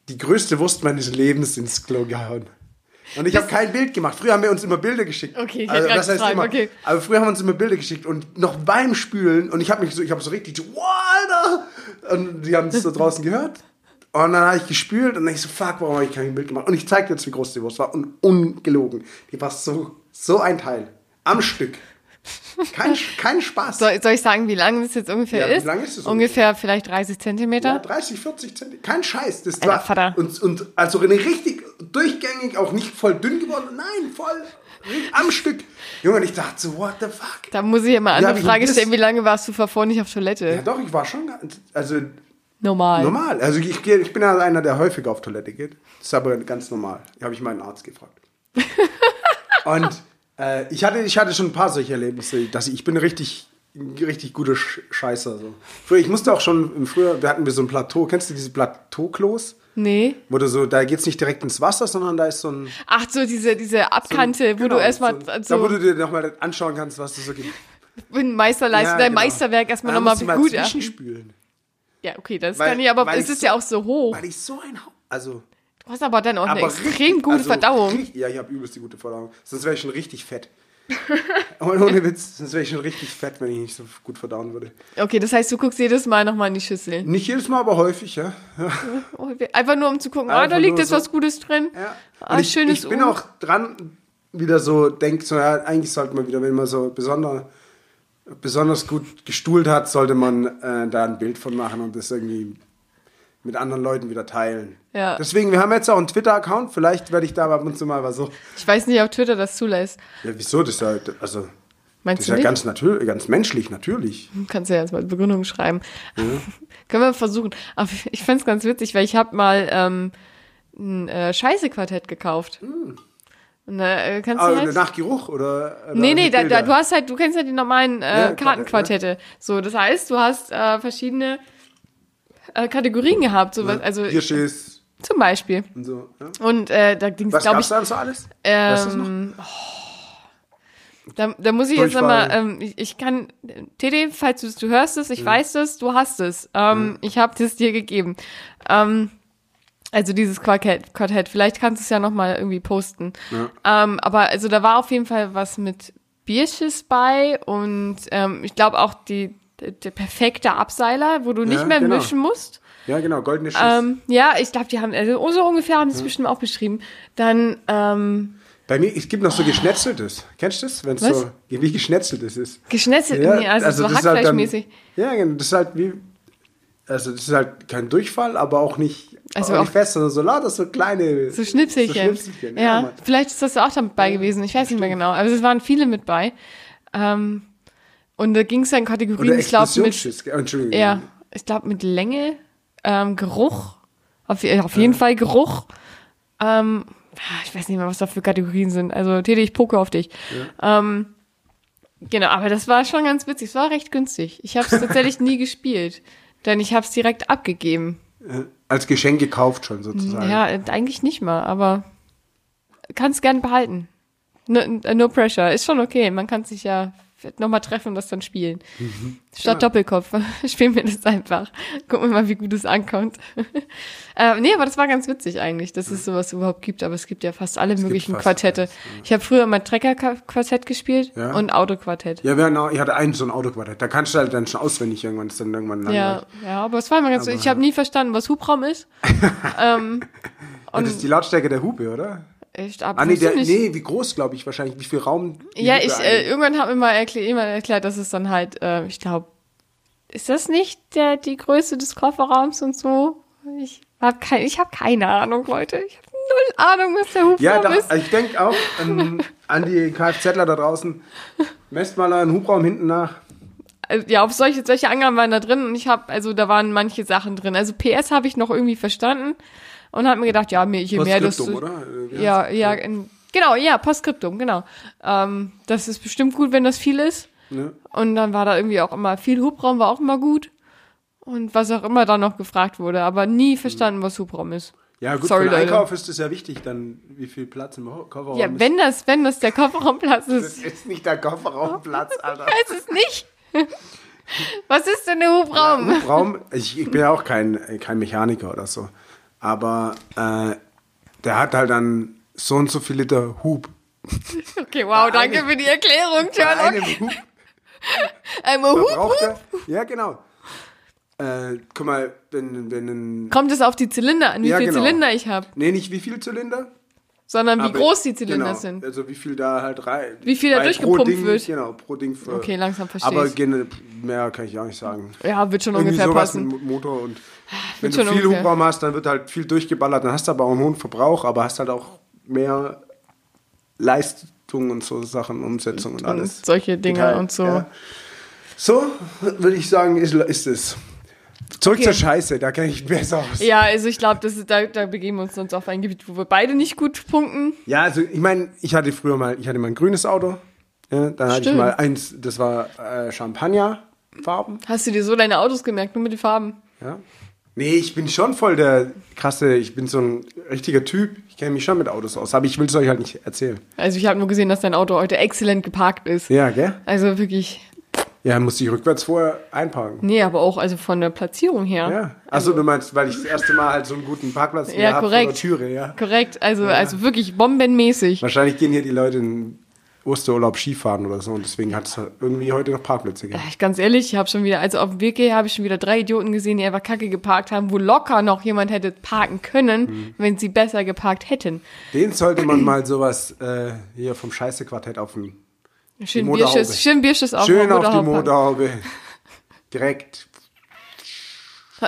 Speaker 1: die größte Wurst meines Lebens ins Klo gehauen. Und ich habe kein Bild gemacht. Früher haben wir uns immer Bilder geschickt.
Speaker 2: Okay, ich hätte gerade
Speaker 1: das heißt
Speaker 2: gefragt,
Speaker 1: immer,
Speaker 2: okay.
Speaker 1: Aber früher haben wir uns immer Bilder geschickt und noch beim Spülen und ich habe mich so, ich habe so richtig, so, wow, Alter! Und die haben es so draußen gehört. Und dann habe ich gespült und dann ich so, fuck, warum habe ich kein Bild gemacht? Und ich zeig dir jetzt, wie groß die Wurst war und ungelogen. Die war so, so ein Teil. Am Stück. Kein, kein Spaß.
Speaker 2: Soll, soll ich sagen, wie lang das jetzt
Speaker 1: Ja,
Speaker 2: ungefähr
Speaker 1: wie
Speaker 2: ist?
Speaker 1: lang ist es
Speaker 2: ungefähr vielleicht 30 Zentimeter.
Speaker 1: Ja, 30, 40 Zentimeter. Kein Scheiß. Das
Speaker 2: Alter
Speaker 1: war
Speaker 2: Vater.
Speaker 1: Und, und also eine richtig durchgängig, auch nicht voll dünn geworden. Nein, voll am Stück. Junge, und ich dachte so, what the fuck?
Speaker 2: Da muss ich immer eine
Speaker 1: Ja,
Speaker 2: andere
Speaker 1: wie
Speaker 2: Frage
Speaker 1: das-
Speaker 2: stellen, wie lange warst du vorher nicht auf Toilette?
Speaker 1: Ja, doch, ich war schon, ganz- also
Speaker 2: Normal.
Speaker 1: normal. Also ich, geh- ich bin ja einer, der häufig auf Toilette geht. Das ist aber ganz normal. Da habe ich meinen Arzt gefragt. und äh, ich, hatte, ich hatte schon ein paar solche Erlebnisse, dass ich, ich bin richtig ein richtig guter Sch- Scheißer. So. Früher, ich musste auch schon, im früher wir hatten wir so ein Plateau. Kennst du diese Plateauklos?
Speaker 2: Nee.
Speaker 1: Wo du so, da geht's nicht direkt ins Wasser, sondern da ist so ein.
Speaker 2: Ach so, diese, diese Abkante, wo
Speaker 1: Genau,
Speaker 2: du erstmal also
Speaker 1: So,
Speaker 2: so,
Speaker 1: da, wo du dir nochmal anschauen kannst, was du so gibt.
Speaker 2: in Meisterleistung,
Speaker 1: Ja,
Speaker 2: dein
Speaker 1: genau.
Speaker 2: Meisterwerk erstmal
Speaker 1: Da
Speaker 2: nochmal
Speaker 1: musst du mal
Speaker 2: gut achten.
Speaker 1: zwischenspülen.
Speaker 2: Ja, okay, das
Speaker 1: Weil-
Speaker 2: kann ich, aber
Speaker 1: weil
Speaker 2: es
Speaker 1: ich
Speaker 2: ist
Speaker 1: so-
Speaker 2: ja auch so hoch.
Speaker 1: Weil ich so ein Haupt. Also,
Speaker 2: Du hast aber dann auch eine
Speaker 1: aber
Speaker 2: extrem
Speaker 1: richtig-
Speaker 2: gute
Speaker 1: also
Speaker 2: Verdauung.
Speaker 1: richtig- ja, ich habe übelst die gute Verdauung. Sonst wäre ich schon richtig fett. Und ohne Witz, sonst wäre ich schon richtig fett, wenn ich nicht so gut verdauen würde.
Speaker 2: Okay, das heißt, du guckst jedes Mal nochmal in die Schüssel.
Speaker 1: Nicht jedes Mal, aber häufig, ja.
Speaker 2: Oh, wir- Einfach nur, um zu gucken, ah,
Speaker 1: Einfach
Speaker 2: da liegt
Speaker 1: nur
Speaker 2: jetzt
Speaker 1: so.
Speaker 2: was Gutes drin.
Speaker 1: Ja.
Speaker 2: Ah,
Speaker 1: Und ich,
Speaker 2: schönes
Speaker 1: ich bin
Speaker 2: Ohr.
Speaker 1: auch dran, wieder so, denkt so, ja, eigentlich sollte man wieder, wenn man so besonders, besonders gut gestuhlt hat, sollte man äh, da ein Bild von machen und das irgendwie mit anderen Leuten wieder teilen.
Speaker 2: Ja.
Speaker 1: Deswegen, wir haben jetzt auch einen Twitter-Account, vielleicht werde ich da ab und zu mal was so.
Speaker 2: Ich weiß nicht, ob Twitter das zulässt.
Speaker 1: Ja, wieso? Das ist ja, also, das
Speaker 2: Meinst
Speaker 1: ist
Speaker 2: du
Speaker 1: ja
Speaker 2: nicht?
Speaker 1: ganz natürlich, ganz menschlich, natürlich.
Speaker 2: Kannst du ja erstmal Begründung schreiben.
Speaker 1: Mhm.
Speaker 2: Können wir versuchen. Aber ich fand's ganz witzig, weil ich habe mal ähm, ein äh, Scheiße-Quartett gekauft.
Speaker 1: Mhm.
Speaker 2: Und äh, kannst du
Speaker 1: Aber
Speaker 2: halt
Speaker 1: Ah, nach Geruch oder? oder
Speaker 2: Nee,
Speaker 1: mit
Speaker 2: nee, Ne, da, da,
Speaker 1: Bildern?
Speaker 2: du hast halt, du kennst ja die normalen äh,
Speaker 1: Ja,
Speaker 2: Kartenquartette. So, das heißt, du hast äh, verschiedene äh, Kategorien gehabt, so was, also
Speaker 1: Hirschis
Speaker 2: zum Beispiel.
Speaker 1: und so. Ja?
Speaker 2: Und äh, da ging es,
Speaker 1: Was
Speaker 2: glaube
Speaker 1: gab's
Speaker 2: ich,
Speaker 1: da so alles? Weißt du das noch?
Speaker 2: ähm, oh, da, da muss ich jetzt
Speaker 1: Durchfall.
Speaker 2: nochmal, ähm, ich, ich kann, Tede, falls du, du hörst es, ich
Speaker 1: Mhm.
Speaker 2: weiß es, du hast es. Ähm, Ich habe es dir gegeben. Ähm, also dieses Quartett, Quartett. vielleicht kannst du es ja nochmal irgendwie posten. Ähm, aber also da war auf jeden Fall was mit Bierschiss bei und ähm, ich glaube auch die, der, der perfekte Abseiler, wo du nicht mehr
Speaker 1: genau.
Speaker 2: mischen musst.
Speaker 1: Ja, genau, goldene Schiss.
Speaker 2: Ähm, ja, ich glaube, die haben, also so ungefähr haben die es bestimmt auch beschrieben. Dann, ähm,
Speaker 1: Bei mir, es gibt noch so geschnetzeltes. Kennst du das? Wenn es
Speaker 2: Was?
Speaker 1: so wie geschnetzeltes ist.
Speaker 2: geschnetzelt, nee, also, so
Speaker 1: ist halt dann-
Speaker 2: hackfleischmäßig.
Speaker 1: Ja, genau, das ist halt wie. Also das ist halt kein Durchfall, aber auch nicht,
Speaker 2: Also
Speaker 1: auch
Speaker 2: auch-
Speaker 1: nicht fest, sondern so lauter, so kleine.
Speaker 2: so Schnipselchen.
Speaker 1: So Schnipselchen.
Speaker 2: Ja,
Speaker 1: Ja, Mann.
Speaker 2: vielleicht ist das auch damit bei gewesen. Ich weiß nicht mehr genau. Aber es waren viele mit bei. Ähm, und da ging es dann Kategorien,
Speaker 1: Oder
Speaker 2: ich glaube, mit,
Speaker 1: Explosionsschiss. gell? Entschuldigung.
Speaker 2: ja, ich glaube, mit Länge, ähm, Geruch, auf, je- auf jeden Fall Geruch. Ähm, ah, ich weiß nicht mehr, was da für Kategorien sind. Also, Tede, ich poke auf dich. Ähm, genau, aber das war schon ganz witzig. Es war recht günstig. Ich habe es tatsächlich nie gespielt, denn ich habe es direkt abgegeben.
Speaker 1: Äh, Als Geschenk gekauft schon sozusagen.
Speaker 2: Ja, äh, eigentlich nicht mal, aber kannst gern behalten. No, äh, no pressure, ist schon okay. Man kann sich ja nochmal treffen und das dann spielen. Statt
Speaker 1: Mhm. Ja.
Speaker 2: Doppelkopf, spielen wir das einfach. Gucken wir mal, wie gut es ankommt. äh, nee, aber das war ganz witzig eigentlich, dass es sowas überhaupt gibt. Aber es gibt ja fast alle möglichen
Speaker 1: fast
Speaker 2: Quartette.
Speaker 1: alles,
Speaker 2: Ich habe früher mal Trecker-Quartett gespielt
Speaker 1: Ja.
Speaker 2: und Autoquartett.
Speaker 1: Ja, genau. Ich hatte einen so ein Autoquartett. Da kannst du halt dann schon auswendig irgendwann, ist dann irgendwann
Speaker 2: Ja,
Speaker 1: langweilig.
Speaker 2: ja, aber es war immer ganz.
Speaker 1: Aber-
Speaker 2: ich habe nie verstanden, was Hubraum ist. ähm,
Speaker 1: Und das ist die Lautstärke der Hupe, oder?
Speaker 2: ich, ab,
Speaker 1: Ah, nee, der,
Speaker 2: nicht.
Speaker 1: nee, wie groß, glaube ich, wahrscheinlich. Wie viel Raum. die
Speaker 2: Ja,
Speaker 1: Hupe
Speaker 2: ich,
Speaker 1: einnimmt.
Speaker 2: äh, irgendwann hat mir mal erklär, jemand erklärt, dass es dann halt, äh, ich glaube, ist das nicht der, die Größe des Kofferraums und so? Ich habe kein, ich hab keine Ahnung, Leute. Ich habe null Ahnung, was der Hubschrauber
Speaker 1: Ja, doch,
Speaker 2: ist.
Speaker 1: also ich denke auch ähm, an die Kfzler da draußen. Messt mal euren Hubraum hinten nach.
Speaker 2: Also, ja, auf solche, solche Angaben waren da drin und ich habe, also da waren manche Sachen drin. Also PS habe ich noch irgendwie verstanden und habe mir gedacht, ja, mir, je mehr das...
Speaker 1: Postskriptum, oder? Äh, wie
Speaker 2: Ja,
Speaker 1: heißt's?
Speaker 2: ja, in, genau, ja, Postskriptum, genau. Ähm, das ist bestimmt gut, wenn das viel ist.
Speaker 1: Ne?
Speaker 2: Und dann war da irgendwie auch immer viel Hubraum, war auch immer gut. Und was auch immer da noch gefragt wurde, aber nie verstanden, was Hubraum ist.
Speaker 1: Ja, gut,
Speaker 2: Sorry,
Speaker 1: für den
Speaker 2: Leute.
Speaker 1: Einkauf ist es ja wichtig, dann wie viel Platz im Ho- Kofferraum
Speaker 2: Ja, wenn das, wenn das der Kofferraumplatz
Speaker 1: ist. Das
Speaker 2: ist,
Speaker 1: ist nicht der Kofferraumplatz, Alter.
Speaker 2: ist es nicht. Was ist denn der Hubraum?
Speaker 1: Hubraum, ich, ich bin ja auch kein, kein Mechaniker oder so. Aber äh, der hat halt dann so und so viel Liter Hub.
Speaker 2: Okay, wow,
Speaker 1: Bei
Speaker 2: danke
Speaker 1: einem-
Speaker 2: für die Erklärung,
Speaker 1: Bei
Speaker 2: Sherlock. Ähm,
Speaker 1: einem Hub
Speaker 2: Einmal Hub.
Speaker 1: verbraucht er. Ja, genau. Äh, guck mal, wenn, wenn ein.
Speaker 2: Kommt es auf die Zylinder an, wie
Speaker 1: Ja,
Speaker 2: viele
Speaker 1: genau.
Speaker 2: Zylinder ich habe,
Speaker 1: Nee, nicht wie viel Zylinder,
Speaker 2: sondern wie
Speaker 1: Aber-
Speaker 2: groß die Zylinder
Speaker 1: genau,
Speaker 2: sind.
Speaker 1: Also wie viel da halt rein.
Speaker 2: Wie viel da
Speaker 1: bei
Speaker 2: durchgepumpt
Speaker 1: pro Ding,
Speaker 2: wird.
Speaker 1: Genau, pro Ding. Für,
Speaker 2: Okay, langsam versteh
Speaker 1: Aber
Speaker 2: ich's.
Speaker 1: gen- mehr kann ich auch nicht sagen.
Speaker 2: Ja, wird schon
Speaker 1: Irgendwie
Speaker 2: ungefähr
Speaker 1: sowas
Speaker 2: passen. Ah,
Speaker 1: mit Motor und wenn du
Speaker 2: schon
Speaker 1: viel
Speaker 2: ungefähr.
Speaker 1: Hubraum hast, dann wird halt viel durchgeballert. Dann hast du aber auch einen hohen Verbrauch, aber hast halt auch mehr Leistung und so Sachen, Umsetzung und,
Speaker 2: Und
Speaker 1: alles.
Speaker 2: solche Dinge
Speaker 1: Detail,
Speaker 2: und so.
Speaker 1: ja. So würde ich sagen, ist, ist es. Zurück
Speaker 2: Okay.
Speaker 1: zur Scheiße, da kenne ich besser aus.
Speaker 2: Ja, also ich glaube, das ist- da, da begeben wir uns sonst auf ein Gebiet, wo wir beide nicht gut punkten.
Speaker 1: Ja, also ich meine, ich hatte früher mal, ich hatte mal ein grünes Auto. Ja, dann hatte ich
Speaker 2: Stimmt.
Speaker 1: mal eins, das war äh, Champagnerfarben.
Speaker 2: Hast du dir so deine Autos gemerkt, nur mit den Farben?
Speaker 1: Ja. Nee, ich bin schon voll der krasse, ich bin so ein richtiger Typ. Ich kenne mich schon mit Autos aus, aber ich will es euch halt nicht erzählen.
Speaker 2: Also ich habe nur gesehen, dass dein Auto heute exzellent geparkt ist.
Speaker 1: Ja, gell?
Speaker 2: Also wirklich
Speaker 1: Ja, musste ich rückwärts vorher einparken.
Speaker 2: Nee, aber auch also von der Platzierung her.
Speaker 1: Ja. Achso, du meinst, weil ich das erste Mal halt so einen guten Parkplatz hier
Speaker 2: Ja,
Speaker 1: hab vor der
Speaker 2: korrekt.
Speaker 1: Türe, ja.
Speaker 2: Korrekt, also, also wirklich bombenmäßig.
Speaker 1: Wahrscheinlich gehen hier die Leute in Osterurlaub Skifahren oder so und deswegen hat es irgendwie heute noch Parkplätze gegeben.
Speaker 2: Ja, Ich, ganz ehrlich, ich habe schon wieder, also auf dem Weg hierher habe ich schon wieder drei Idioten gesehen, die einfach Kacke geparkt haben, wo locker noch jemand hätte parken können,
Speaker 1: Mhm.
Speaker 2: wenn sie besser geparkt hätten.
Speaker 1: Den sollte man mal sowas äh, hier vom Scheiße-Quartett auf den
Speaker 2: Schön
Speaker 1: Motorhaube.
Speaker 2: Bierschiss, schön Bierschiss auf,
Speaker 1: Schön auf die
Speaker 2: Motorhaube parken.
Speaker 1: Motorhaube. Direkt.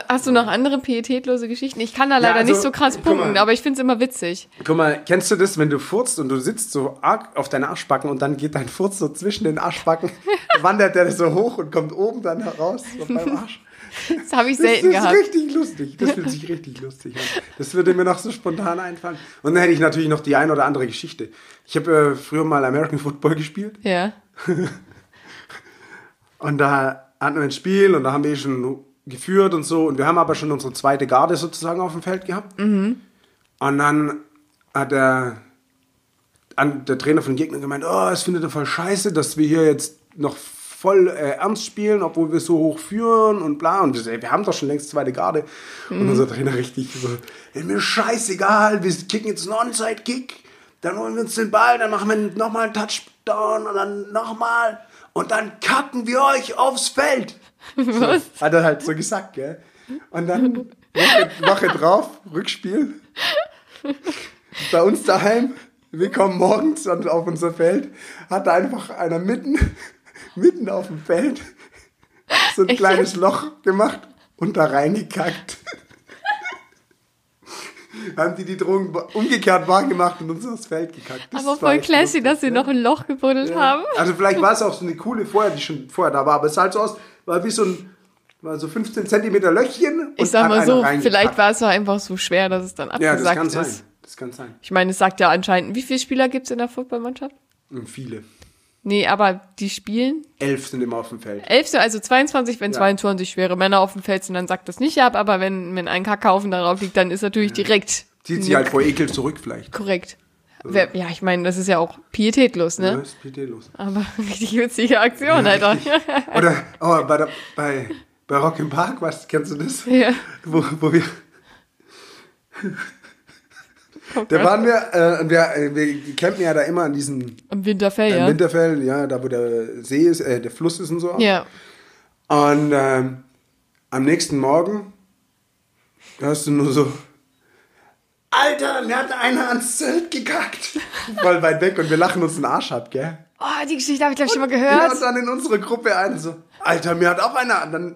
Speaker 2: Hast du noch andere pietätlose Geschichten? Ich kann da leider
Speaker 1: also,
Speaker 2: nicht so krass
Speaker 1: guck mal.
Speaker 2: punkten, aber ich find's immer witzig.
Speaker 1: Guck mal, kennst du das, wenn du furzt und du sitzt so arg auf deinen Arschbacken und dann geht dein Furz so zwischen den Arschbacken, wandert der so hoch und kommt oben dann heraus so beim Arsch.
Speaker 2: Das habe ich
Speaker 1: Das
Speaker 2: selten
Speaker 1: ist
Speaker 2: gehabt.
Speaker 1: richtig lustig. Das fühlt sich richtig lustig an. Das würde mir noch so spontan einfallen. Und dann hätte ich natürlich noch die ein oder andere Geschichte. Ich habe äh, früher mal American Football gespielt
Speaker 2: Ja.
Speaker 1: und da hatten wir ein Spiel und da haben wir schon geführt und so. Und wir haben aber schon unsere zweite Garde sozusagen auf dem Feld gehabt. Und dann hat der, an, der Trainer von den Gegnern gemeint, oh, es findet er voll scheiße, dass wir hier jetzt noch voll äh, ernst spielen, obwohl wir so hoch führen und bla. Und wir, so, ey, wir haben doch schon längst zweite Garde. Und unser Trainer richtig so, "Ey, mir scheißegal, wir kicken jetzt einen Onside-Kick, dann holen wir uns den Ball, dann machen wir nochmal einen Touchdown und dann nochmal und dann kacken wir euch aufs Feld.
Speaker 2: Was?
Speaker 1: Hat er halt so gesagt, gell? Und dann Woche, Woche drauf, Rückspiel. Bei uns daheim, wir kommen morgens und auf unser Feld, hat da einfach einer mitten, mitten auf dem Feld so ein
Speaker 2: Echt
Speaker 1: kleines Loch gemacht und da reingekackt. Haben die die Drogen umgekehrt warm gemacht und uns aufs Feld gekackt. Das
Speaker 2: Aber
Speaker 1: war
Speaker 2: voll
Speaker 1: echt
Speaker 2: classy,
Speaker 1: lustig,
Speaker 2: dass sie
Speaker 1: ne?
Speaker 2: noch ein Loch gebuddelt haben.
Speaker 1: Also vielleicht war es auch so eine coole vorher, die schon vorher da war, aber es sah halt so aus, war wie so ein war so 15 Zentimeter Löchchen.
Speaker 2: Ich sag
Speaker 1: hat
Speaker 2: mal
Speaker 1: einer
Speaker 2: so,
Speaker 1: reingepackt.
Speaker 2: vielleicht war es doch einfach so schwer, dass es dann
Speaker 1: ja, das
Speaker 2: abgesagt
Speaker 1: kann
Speaker 2: ist.
Speaker 1: sein. Das kann sein.
Speaker 2: Ich meine, es sagt ja anscheinend, wie viele Spieler gibt's in der Footballmannschaft?
Speaker 1: Und viele.
Speaker 2: Nee, aber die spielen.
Speaker 1: Elf sind immer auf dem Feld.
Speaker 2: Elf, sind also 22, wenn
Speaker 1: Ja.
Speaker 2: 22 schwere Männer auf dem Feld sind, dann sagt das nicht ab, aber wenn, wenn ein Kackhaufen darauf liegt, dann ist natürlich direkt
Speaker 1: Zieht sie halt vor Ekel zurück vielleicht.
Speaker 2: korrekt. Wer, ja, ich meine, das ist ja auch pietätlos,
Speaker 1: Also Ja,
Speaker 2: ne?
Speaker 1: ist PD los.
Speaker 2: Aber richtig witzige Aktion, Alter.
Speaker 1: Oder oh, bei, der, bei, bei Rock im Park, was, kennst du das?
Speaker 2: Ja.
Speaker 1: Wo, wo wir, da waren wir, äh, und wir, äh, wir campen ja da immer an diesem
Speaker 2: Im
Speaker 1: äh,
Speaker 2: Winterfell, ja.
Speaker 1: Winterfell, ja, da wo der See ist, äh, der Fluss ist und so.
Speaker 2: Ja.
Speaker 1: Und ähm, am nächsten Morgen hörst du nur so, Alter, mir hat einer ans Zelt gekackt. Voll weit weg und wir lachen uns den Arsch ab, gell?
Speaker 2: Oh, die Geschichte habe ich, glaube ich, schon mal
Speaker 1: Ja,
Speaker 2: gehört.
Speaker 1: und dann in unsere Gruppe ein und so, Alter, mir hat auch einer an- dann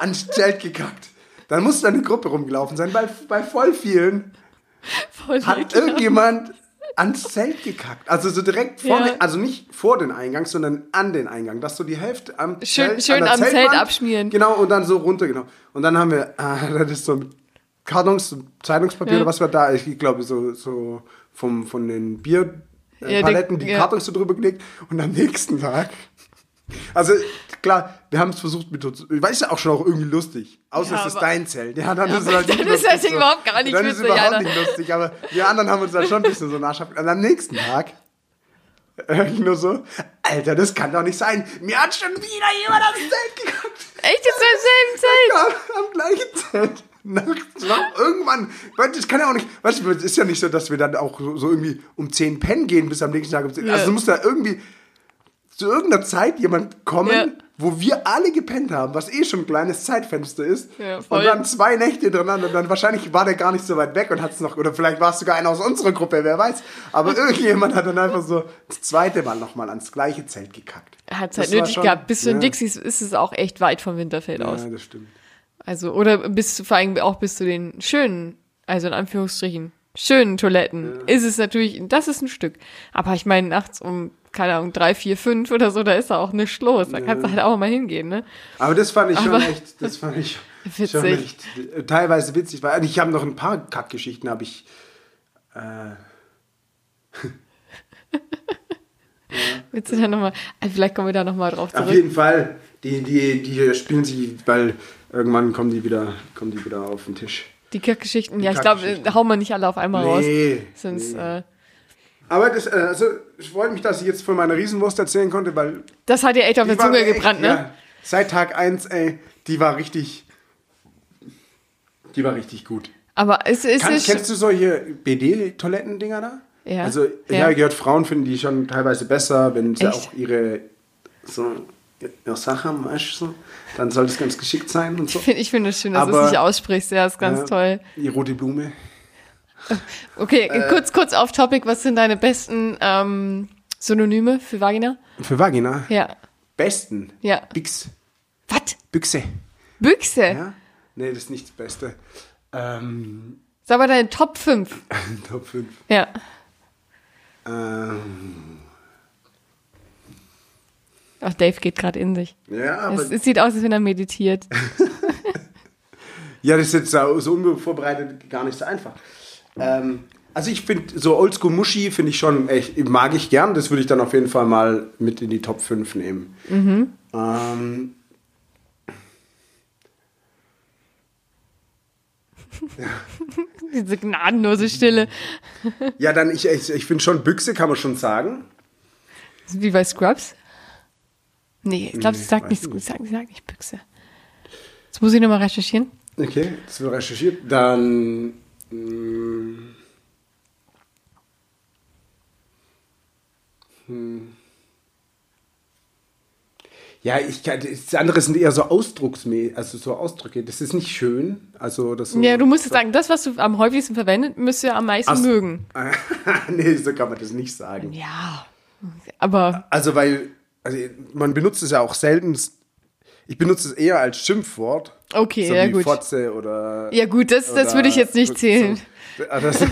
Speaker 1: ans Zelt gekackt. Dann muss deine Gruppe rumgelaufen sein, weil bei voll vielen
Speaker 2: Voll
Speaker 1: hat
Speaker 2: eklig.
Speaker 1: irgendjemand ans Zelt gekackt. Also so direkt vor,
Speaker 2: Ja.
Speaker 1: den, also nicht vor den Eingang, sondern an den Eingang, dass so die Hälfte am
Speaker 2: Schön-
Speaker 1: Zelt,
Speaker 2: schön
Speaker 1: an der
Speaker 2: am Zelt
Speaker 1: Zeltwand-
Speaker 2: abschmieren.
Speaker 1: Genau, und dann so runter, genau. Und dann haben wir, ah, das ist so ein Kartons, so Zeitungspapier,
Speaker 2: Ja.
Speaker 1: oder was wir da, ich glaube, so, so vom, von den Bier, äh,
Speaker 2: Ja, der-
Speaker 1: Paletten, die
Speaker 2: ja.
Speaker 1: Kartons so drüber gelegt und am nächsten Tag, also klar, wir haben es versucht mit, weißt du, auch schon auch irgendwie lustig, außer
Speaker 2: Ja,
Speaker 1: es ist
Speaker 2: aber-
Speaker 1: dein Zelt, ja, dann ist es halt
Speaker 2: dann
Speaker 1: nicht
Speaker 2: ist das
Speaker 1: lustig, so.
Speaker 2: überhaupt gar nicht
Speaker 1: Dann ist es
Speaker 2: witzig,
Speaker 1: überhaupt
Speaker 2: Alter.
Speaker 1: nicht lustig, aber wir anderen haben uns da schon ein bisschen so nachschafft. Und Also am nächsten Tag höre ich nur so, Alter, das kann doch nicht sein. Mir hat schon wieder jemand aufs Zelt geguckt.
Speaker 2: Echt jetzt im selben Zelt?
Speaker 1: Ja, am gleichen Zelt. Nachts noch irgendwann. Weißt du, Das kann ja auch nicht. Weißt du, es ist ja nicht so, dass wir dann auch so, so irgendwie um 10 pennen gehen bis am nächsten Tag um 10.
Speaker 2: Ja.
Speaker 1: Also muss da irgendwie zu irgendeiner Zeit jemand kommen,
Speaker 2: Ja.
Speaker 1: wo wir alle gepennt haben, was eh schon ein kleines Zeitfenster ist.
Speaker 2: Ja, voll.
Speaker 1: und dann zwei Nächte hintereinander. Und dann wahrscheinlich war der gar nicht so weit weg und hat es noch. Oder vielleicht war es sogar einer aus unserer Gruppe, wer weiß. Aber irgendjemand hat dann einfach so das zweite Mal nochmal ans gleiche Zelt gekackt.
Speaker 2: Hat es
Speaker 1: Das
Speaker 2: halt
Speaker 1: war
Speaker 2: nötig
Speaker 1: schon-
Speaker 2: gehabt. Bis zu den
Speaker 1: ja.
Speaker 2: Dixies ist es auch echt weit vom Winterfeld
Speaker 1: Ja,
Speaker 2: aus.
Speaker 1: das stimmt.
Speaker 2: Also, oder bis zu, vor allem auch bis zu den schönen, also in Anführungsstrichen, schönen Toiletten ist es natürlich, das ist ein Stück. Aber ich meine, nachts um, keine Ahnung, drei, vier, fünf oder so, da ist da auch nichts los. Da kannst du halt auch mal hingehen, ne?
Speaker 1: Aber das fand ich schon
Speaker 2: Aber-
Speaker 1: echt, das fand ich
Speaker 2: Witzig.
Speaker 1: schon echt äh, teilweise witzig. Weil ich habe noch ein paar Kackgeschichten, habe ich.
Speaker 2: Willst du da nochmal, also vielleicht kommen wir da nochmal
Speaker 1: Auf
Speaker 2: drauf zurück.
Speaker 1: jeden Fall, die, die, die spielen sie, weil irgendwann kommen die wieder, kommen die wieder auf den Tisch.
Speaker 2: Die Kackgeschichten, ja, ich glaube,
Speaker 1: Kackgeschichten.
Speaker 2: hauen wir nicht alle auf einmal raus.
Speaker 1: Nee,
Speaker 2: Sonst,
Speaker 1: nee.
Speaker 2: äh,
Speaker 1: Aber das, äh, also, ich freue mich, dass ich jetzt von meiner Riesenwurst erzählen konnte, weil
Speaker 2: Das hat dir echt auf
Speaker 1: die
Speaker 2: der
Speaker 1: war
Speaker 2: Zunge
Speaker 1: echt,
Speaker 2: gebrannt, ne?
Speaker 1: ja, seit Tag 1, ey, die war richtig, die war richtig gut.
Speaker 2: Aber es, es
Speaker 1: Kann,
Speaker 2: ist.
Speaker 1: kennst du solche BD-Toilettendinger da?
Speaker 2: Ja.
Speaker 1: Also, ich
Speaker 2: Ja.
Speaker 1: habe gehört, Frauen finden die schon teilweise besser, wenn sie
Speaker 2: Echt?
Speaker 1: auch ihre, so, ihre Sache haben, weißt du, so. Dann soll das ganz geschickt sein und so.
Speaker 2: ich find- ich finde es schön, dass du
Speaker 1: Aber-
Speaker 2: es nicht aussprichst. Ja, ist ganz
Speaker 1: Ja,
Speaker 2: toll.
Speaker 1: Die rote Blume.
Speaker 2: Okay,
Speaker 1: Äh.
Speaker 2: kurz, kurz auf Topic. Was sind deine besten ähm, Synonyme für Vagina?
Speaker 1: Für Vagina.
Speaker 2: Ja.
Speaker 1: Besten.
Speaker 2: Ja.
Speaker 1: Bix.
Speaker 2: Was?
Speaker 1: Büchse.
Speaker 2: Büchse?
Speaker 1: Ja? Nee, das ist nicht das Beste. Ähm,
Speaker 2: Sag mal deine Top 5.
Speaker 1: Top 5.
Speaker 2: Ja.
Speaker 1: Ähm,
Speaker 2: Ach, Dave geht gerade in sich.
Speaker 1: ja, aber
Speaker 2: Es, es sieht aus, als wenn er meditiert.
Speaker 1: Ja, das ist jetzt so so unvorbereitet gar nicht so einfach. Ähm, also ich finde, so Oldschool Muschi finde ich schon echt, mag ich gern. Das würde ich dann auf jeden Fall mal mit in die Top 5 nehmen. Ähm,
Speaker 2: Diese gnadenlose Stille.
Speaker 1: ja, dann, ich, ich, ich finde schon Büchse, kann man schon sagen.
Speaker 2: Wie bei Scrubs? Nee, ich glaube,
Speaker 1: Nee,
Speaker 2: sie sagt
Speaker 1: weiß
Speaker 2: nicht,
Speaker 1: ich
Speaker 2: Scrubs,
Speaker 1: nicht.
Speaker 2: sagt, sagt nicht Büchse. Jetzt muss ich nochmal recherchieren.
Speaker 1: Okay, das wird recherchiert. Dann. mm, hm. Ja, ich kann, das andere sind eher so Ausdrucksmäßig, also so Ausdrücke. Das ist nicht schön. Also das so,
Speaker 2: Ja, du musst jetzt sagen, das, was du am häufigsten verwendet, müsst ihr am meisten
Speaker 1: Ast-
Speaker 2: mögen.
Speaker 1: nee, so kann man das nicht sagen.
Speaker 2: Ja. Aber
Speaker 1: Also, weil, also man benutzt es ja auch selten. Ich benutze es eher als Schimpfwort.
Speaker 2: Okay,
Speaker 1: so
Speaker 2: ja,
Speaker 1: wie
Speaker 2: gut.
Speaker 1: Fotze oder.
Speaker 2: ja gut, das, das
Speaker 1: Oder
Speaker 2: würde ich jetzt nicht zählen.
Speaker 1: So, ah, das,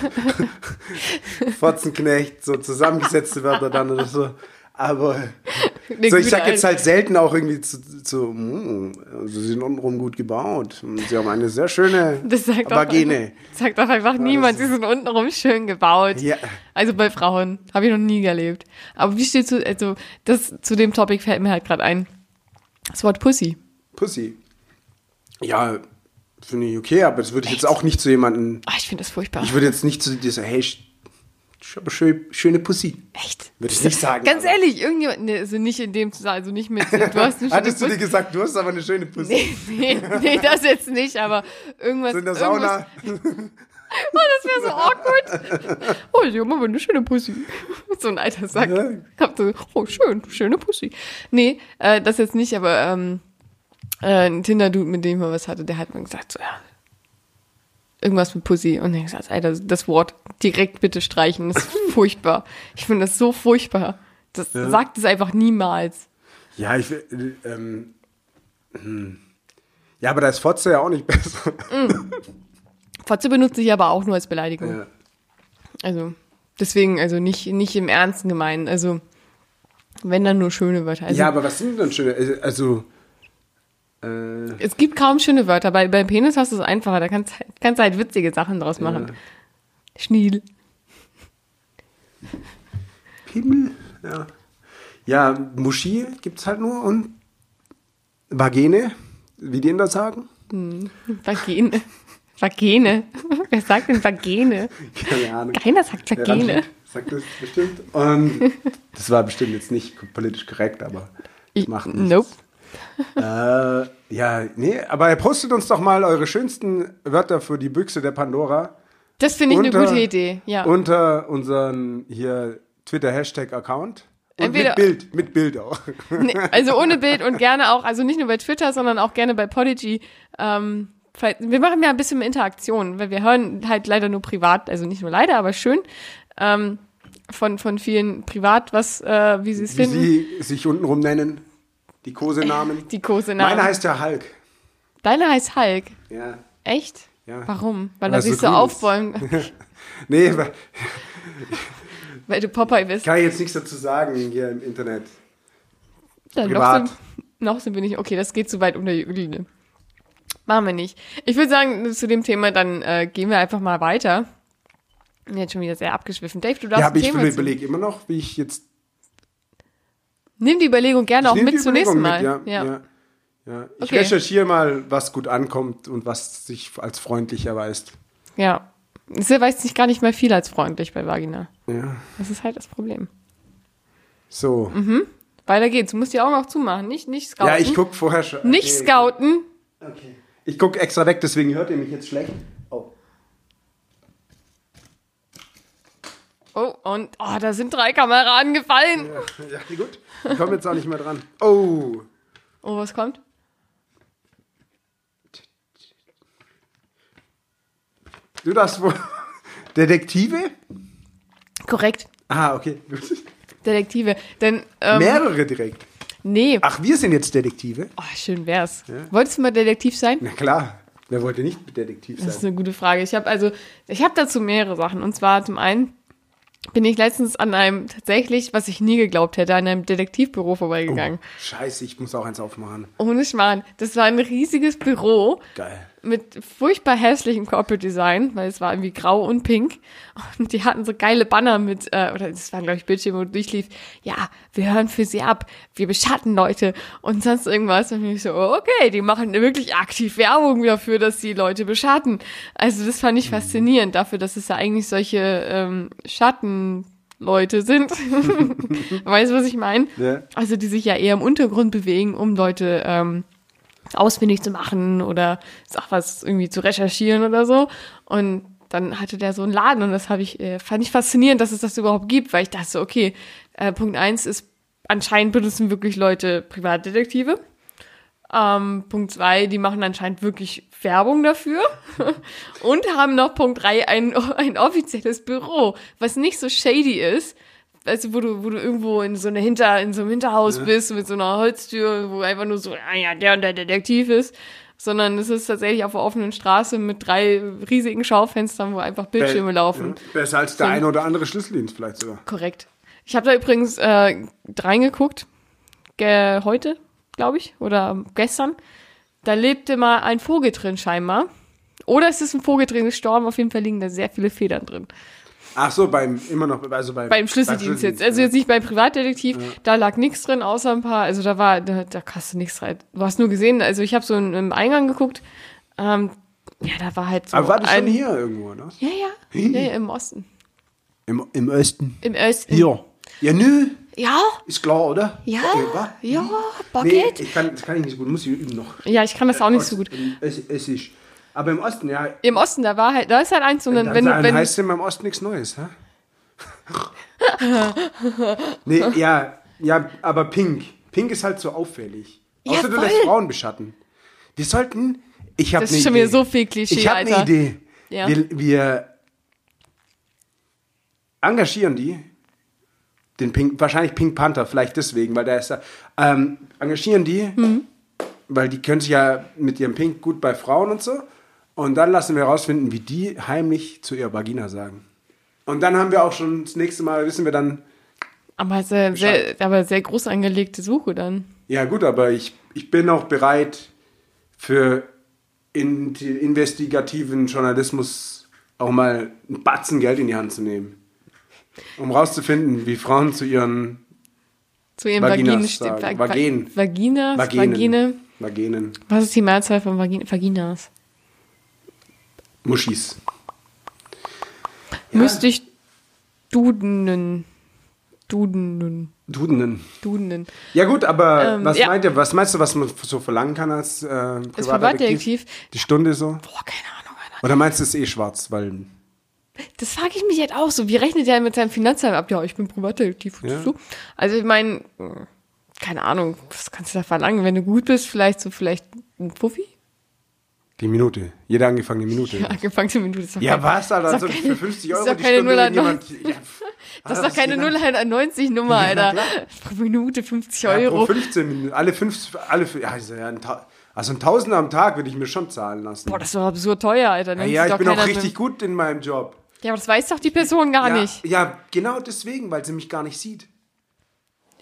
Speaker 1: Fotzenknecht, so zusammengesetzte Wörter dann oder so. Aber
Speaker 2: Nee,
Speaker 1: so, ich
Speaker 2: gut,
Speaker 1: sag jetzt
Speaker 2: Alter.
Speaker 1: halt selten auch irgendwie zu, zu mm, also sie sind untenrum gut gebaut. Und Sie haben eine sehr schöne
Speaker 2: Das sagt doch,
Speaker 1: Vagine.
Speaker 2: sagt doch einfach niemand.
Speaker 1: ist-
Speaker 2: Die sind untenrum schön gebaut.
Speaker 1: Ja.
Speaker 2: Also bei Frauen. Habe ich noch nie erlebt. Aber wie steht zu, also das zu dem Topic fällt mir halt gerade ein. Das Wort Pussy.
Speaker 1: Pussy. Ja, finde ich okay, aber das würde ich jetzt auch nicht zu jemandem,
Speaker 2: Ah, ich finde das furchtbar.
Speaker 1: ich würde jetzt nicht zu dir sagen, hey, sch- sch- aber schön, schöne Pussy.
Speaker 2: Echt?
Speaker 1: Würde ich nicht sagen.
Speaker 2: Ganz
Speaker 1: aber-
Speaker 2: ehrlich, irgendjemand, ne, also nicht in dem Zusammenhang, also nicht mit, du hast eine
Speaker 1: Hattest du
Speaker 2: schöne
Speaker 1: dir gesagt, du hast aber eine schöne Pussy.
Speaker 2: Nee, nee, nee, das jetzt nicht, aber irgendwas.
Speaker 1: So in der
Speaker 2: irgendwas-
Speaker 1: Sauna.
Speaker 2: Oh, das wäre so awkward. Oh, ich habe aber eine schöne Pussy. So ein alter Sack.
Speaker 1: Ja.
Speaker 2: Ich hab so, oh, schön, schöne Pussy. Nee, äh, das jetzt nicht, aber ähm, äh, ein Tinder-Dude, mit dem ich mal was hatte, der hat mir gesagt, so, ja, irgendwas mit Pussy. Und dann hab ich gesagt, Alter, das Wort direkt bitte streichen, das ist furchtbar. Ich finde das so furchtbar. Das
Speaker 1: Ja.
Speaker 2: sagt es einfach niemals.
Speaker 1: Ja, ich will. Äh, ähm, hm. ja, aber da ist Fotze ja auch nicht besser.
Speaker 2: Fotze benutze ich aber auch nur als Beleidigung.
Speaker 1: Ja.
Speaker 2: Also, deswegen, also nicht, nicht im Ernsten gemeint. Also, wenn dann nur schöne Wörter. Also,
Speaker 1: ja, aber was sind denn schöne? äh, Also. Äh,
Speaker 2: es gibt kaum schöne Wörter. Bei, beim Penis hast du es einfacher. Da kannst, kannst du halt witzige Sachen draus machen.
Speaker 1: Ja.
Speaker 2: Schniedel.
Speaker 1: Pimmel? Ja. Ja, Muschi gibt's halt nur und. Vagene, wie die Inder sagen.
Speaker 2: Vagine. Vagine. Wer sagt denn Vagine?
Speaker 1: Keine Ahnung.
Speaker 2: Keiner sagt
Speaker 1: Der
Speaker 2: Vagine.
Speaker 1: Randwick Sagt das bestimmt. Und das war bestimmt jetzt nicht politisch korrekt, aber das
Speaker 2: Ich-
Speaker 1: macht nichts.
Speaker 2: Nope.
Speaker 1: Äh, ja, nee, aber postet uns doch mal eure schönsten Wörter für die Büchse der Pandora.
Speaker 2: Das finde ich
Speaker 1: unter-
Speaker 2: eine gute Idee. Ja.
Speaker 1: Unter unseren hier Twitter-Hashtag-Account. Und
Speaker 2: Entweder-
Speaker 1: mit Bild, mit Bild auch.
Speaker 2: Nee, also ohne Bild und gerne auch, also nicht nur bei Twitter, sondern auch gerne bei Podigy. Ähm, vielleicht, wir machen ja ein bisschen mehr Interaktion, weil wir hören halt leider nur privat, also nicht nur leider, aber schön ähm, von, von vielen privat, was, äh, wie sie es
Speaker 1: Wie
Speaker 2: finden.
Speaker 1: sie sich untenrum nennen. Die Kosenamen.
Speaker 2: Äh, die Kosenamen.
Speaker 1: Meine heißt ja Hulk.
Speaker 2: Deine heißt Hulk.
Speaker 1: Ja.
Speaker 2: Echt?
Speaker 1: Ja.
Speaker 2: Warum? Weil
Speaker 1: Weil
Speaker 2: er
Speaker 1: es so
Speaker 2: sich so
Speaker 1: grün ist.
Speaker 2: aufbäumt,
Speaker 1: Nee, aber
Speaker 2: weil du Popeye bist.
Speaker 1: kann ich jetzt nichts dazu sagen hier im Internet.
Speaker 2: Dann
Speaker 1: privat.
Speaker 2: Noch sind, noch sind wir nicht. Okay, das geht zu weit unter die Linie. Machen wir nicht. Ich würde sagen, zu dem Thema, dann äh, gehen wir einfach mal weiter. Jetzt schon wieder sehr abgeschwiffen. Dave, du darfst
Speaker 1: Ja, aber
Speaker 2: ein
Speaker 1: ich
Speaker 2: Thema zu-
Speaker 1: überlege immer noch, wie ich jetzt.
Speaker 2: Nimm die Überlegung gerne
Speaker 1: Ich
Speaker 2: auch
Speaker 1: nehme
Speaker 2: mit
Speaker 1: die
Speaker 2: zum nächsten Mal.
Speaker 1: Überlegung mit,
Speaker 2: ja.
Speaker 1: ja, ja. Ja. Ich
Speaker 2: Okay.
Speaker 1: recherchiere mal, was gut ankommt und was sich als freundlich erweist.
Speaker 2: Ja. Silber ist nicht gar nicht mehr viel als freundlich bei Vagina.
Speaker 1: Ja.
Speaker 2: Das ist halt das Problem.
Speaker 1: So.
Speaker 2: Mhm. Weiter geht's. Du musst die Augen auch zumachen. Nicht, nicht scouten.
Speaker 1: Ja, ich guck vorher schon.
Speaker 2: Nicht
Speaker 1: Okay.
Speaker 2: scouten.
Speaker 1: Okay. Ich guck extra weg, deswegen hört ihr mich jetzt schlecht. Oh.
Speaker 2: Oh, und oh, da sind drei Kameraden gefallen.
Speaker 1: Ja, gut. Ich komme jetzt auch nicht mehr dran. Oh.
Speaker 2: Oh, was kommt?
Speaker 1: Du das wohl. Detektive?
Speaker 2: Korrekt.
Speaker 1: Ah, okay. Gut.
Speaker 2: Detektive. Denn, ähm,
Speaker 1: Mehrere direkt.
Speaker 2: nee.
Speaker 1: Ach, wir sind jetzt Detektive?
Speaker 2: Oh, schön wär's. Wolltest du mal Detektiv sein?
Speaker 1: Na klar. Wer wollte nicht Detektiv
Speaker 2: Das ist
Speaker 1: sein?
Speaker 2: eine gute Frage. Ich habe also, ich habe dazu mehrere Sachen. Und zwar zum einen bin ich letztens an einem tatsächlich, was ich nie geglaubt hätte, an einem Detektivbüro vorbeigegangen.
Speaker 1: Oh, Scheiße, ich muss auch eins aufmachen.
Speaker 2: Ohne Schmarrn. Das war ein riesiges Büro
Speaker 1: Geil.
Speaker 2: mit furchtbar hässlichem Corporate Design, weil es war irgendwie grau und pink. Und die hatten so geile Banner mit, äh, oder das waren, glaube ich, Bildschirme, wo durchlief, ja, wir hören für sie ab, wir beschatten Leute und sonst irgendwas. Und ich so, okay, die machen wirklich aktiv Werbung dafür, dass sie Leute beschatten. Also das fand ich faszinierend dafür, dass es ja eigentlich solche ähm, Schattenleute sind. weißt du, was ich meine?
Speaker 1: Ja.
Speaker 2: Also die sich ja eher im Untergrund bewegen, um Leute ähm, ausfindig zu machen oder auch was irgendwie zu recherchieren oder so. Und dann hatte der so einen Laden und das habe ich, äh, fand ich faszinierend, dass es das überhaupt gibt, weil ich dachte, so, okay, äh, Punkt eins ist, anscheinend benutzen wirklich Leute Privatdetektive. Ähm, Punkt zwei, die machen anscheinend wirklich Werbung dafür und haben noch Punkt drei ein, ein offizielles Büro, was nicht so shady ist. Also wo du, wo du irgendwo in so eine Hinter, in so einem Hinterhaus bist mit so einer Holztür, wo einfach nur so, ah ja, der und der Detektiv ist, sondern es ist tatsächlich auf einer offenen Straße mit drei riesigen Schaufenstern, wo einfach Bildschirme laufen.
Speaker 1: Ja. Besser als der
Speaker 2: So.
Speaker 1: eine oder andere Schlüsseldienst vielleicht sogar.
Speaker 2: Korrekt. Ich habe da übrigens äh, reingeguckt, ge heute, glaube ich, oder gestern. Da lebte mal ein Vogel drin scheinbar. Oder es ist ein Vogel drin gestorben, auf jeden Fall liegen da sehr viele Federn drin.
Speaker 1: Ach so, beim, immer noch, also beim,
Speaker 2: Beim Schlüsseldienst jetzt. Also jetzt nicht beim Privatdetektiv, da lag nichts drin, außer ein paar, also da war, da, da hast du nichts rein. Du hast nur gesehen, also ich habe so im- im Eingang geguckt, ähm, ja, da war halt so
Speaker 1: Aber war das
Speaker 2: ein...
Speaker 1: schon hier irgendwo, ne?
Speaker 2: Ja, ja, ja, ja, im Osten.
Speaker 1: Im, im Osten.
Speaker 2: Im Osten.
Speaker 1: Hier. Ja, nö.
Speaker 2: Ja,
Speaker 1: Ist klar, oder?
Speaker 2: ja,
Speaker 1: Okay, wa?
Speaker 2: ja,
Speaker 1: Hm. Nee,
Speaker 2: Bucket.
Speaker 1: ich kann, das kann ich nicht so gut, muss ich üben noch. Ähm,
Speaker 2: Ja, ich
Speaker 1: Äh,
Speaker 2: kann das auch nicht so gut.
Speaker 1: Es, es ist. Aber im Osten, ja.
Speaker 2: Im Osten, da war halt, da ist halt eins, und dann,
Speaker 1: Dann,
Speaker 2: wenn,
Speaker 1: dann
Speaker 2: du- wenn,
Speaker 1: heißt es immer im Osten nichts Neues, hä? nee, ja, ja, aber pink. Pink ist halt so auffällig.
Speaker 2: Ja,
Speaker 1: Außer du
Speaker 2: voll.
Speaker 1: lässt Frauen beschatten. Wir sollten. Ich ne habe
Speaker 2: das ist schon wieder so viel Klischee,
Speaker 1: Ich habe
Speaker 2: Alter.
Speaker 1: eine Idee.
Speaker 2: Ja.
Speaker 1: Wir, wir engagieren die, den Pink, wahrscheinlich Pink Panther, vielleicht deswegen, weil der ist da. Ähm, engagieren die,
Speaker 2: Mhm.
Speaker 1: weil die können sich ja mit ihrem Pink gut bei Frauen und so. Und dann lassen wir herausfinden, wie die heimlich zu ihrer Vagina sagen. Und dann haben wir auch schon das nächste Mal, wissen wir dann,
Speaker 2: Aber sehr, sehr, aber sehr groß angelegte Suche dann.
Speaker 1: ja gut, aber ich, ich bin auch bereit für in, investigativen Journalismus auch mal einen Batzen Geld in die Hand zu nehmen. Um rauszufinden, wie Frauen zu ihren
Speaker 2: Zu ihren
Speaker 1: Vaginas
Speaker 2: Vaginen.
Speaker 1: sagen.
Speaker 2: Vag-
Speaker 1: Vagin.
Speaker 2: Vaginas,
Speaker 1: Vaginen.
Speaker 2: Vagine.
Speaker 1: Vaginen.
Speaker 2: Was ist die Mehrzahl von Vagin Vaginas?
Speaker 1: Muschis.
Speaker 2: Müsste ich dudenen. Dudenen.
Speaker 1: Dudenen.
Speaker 2: Dudenen.
Speaker 1: Ja gut, aber
Speaker 2: Ähm,
Speaker 1: was
Speaker 2: ja.
Speaker 1: meint ihr, was meinst du, was man so verlangen kann als äh, Privatdetektiv?
Speaker 2: Privatdetektiv.
Speaker 1: Die Stunde so?
Speaker 2: Boah, keine Ahnung, Alter.
Speaker 1: Oder meinst du es ist eh schwarz, weil
Speaker 2: Das frage ich mich halt auch so. Wie rechnet der mit seinem Finanzamt ab? Ja, ich bin Privatdetektiv.
Speaker 1: Ja.
Speaker 2: Ja. Du? Also ich meine, keine Ahnung, was kannst du da verlangen? Wenn du gut bist, vielleicht so vielleicht ein Puffi?
Speaker 1: die Minute, jede angefangene Minute.
Speaker 2: Ja, angefangen zu Minute. Das ist doch
Speaker 1: Ja,
Speaker 2: kein-
Speaker 1: was, Alter?
Speaker 2: das
Speaker 1: Also
Speaker 2: ist doch keine-
Speaker 1: für 50
Speaker 2: das
Speaker 1: Euro
Speaker 2: ist doch
Speaker 1: die
Speaker 2: keine
Speaker 1: Stunde, wenn
Speaker 2: 0,90.
Speaker 1: jemand- Ja, Ah, pff,
Speaker 2: Das ist
Speaker 1: Alter,
Speaker 2: doch keine
Speaker 1: geht
Speaker 2: 090 Nummer, Alter.
Speaker 1: klar.
Speaker 2: Pro Minute 50
Speaker 1: ab? Ja, pro
Speaker 2: Euro.
Speaker 1: 15 Minuten, alle 5, alle, fün- ja, also, ja, ein Ta- also ein Tausender am Tag würde ich mir schon zahlen lassen.
Speaker 2: Boah, das ist doch absurd teuer, Alter.
Speaker 1: ja,
Speaker 2: Nimmt
Speaker 1: ja,
Speaker 2: sich
Speaker 1: ich
Speaker 2: doch
Speaker 1: bin auch
Speaker 2: keiner mit-
Speaker 1: richtig gut in meinem Job.
Speaker 2: Ja, aber das weiß doch die Person gar
Speaker 1: ja,
Speaker 2: nicht.
Speaker 1: ja, genau deswegen, weil sie mich gar nicht sieht.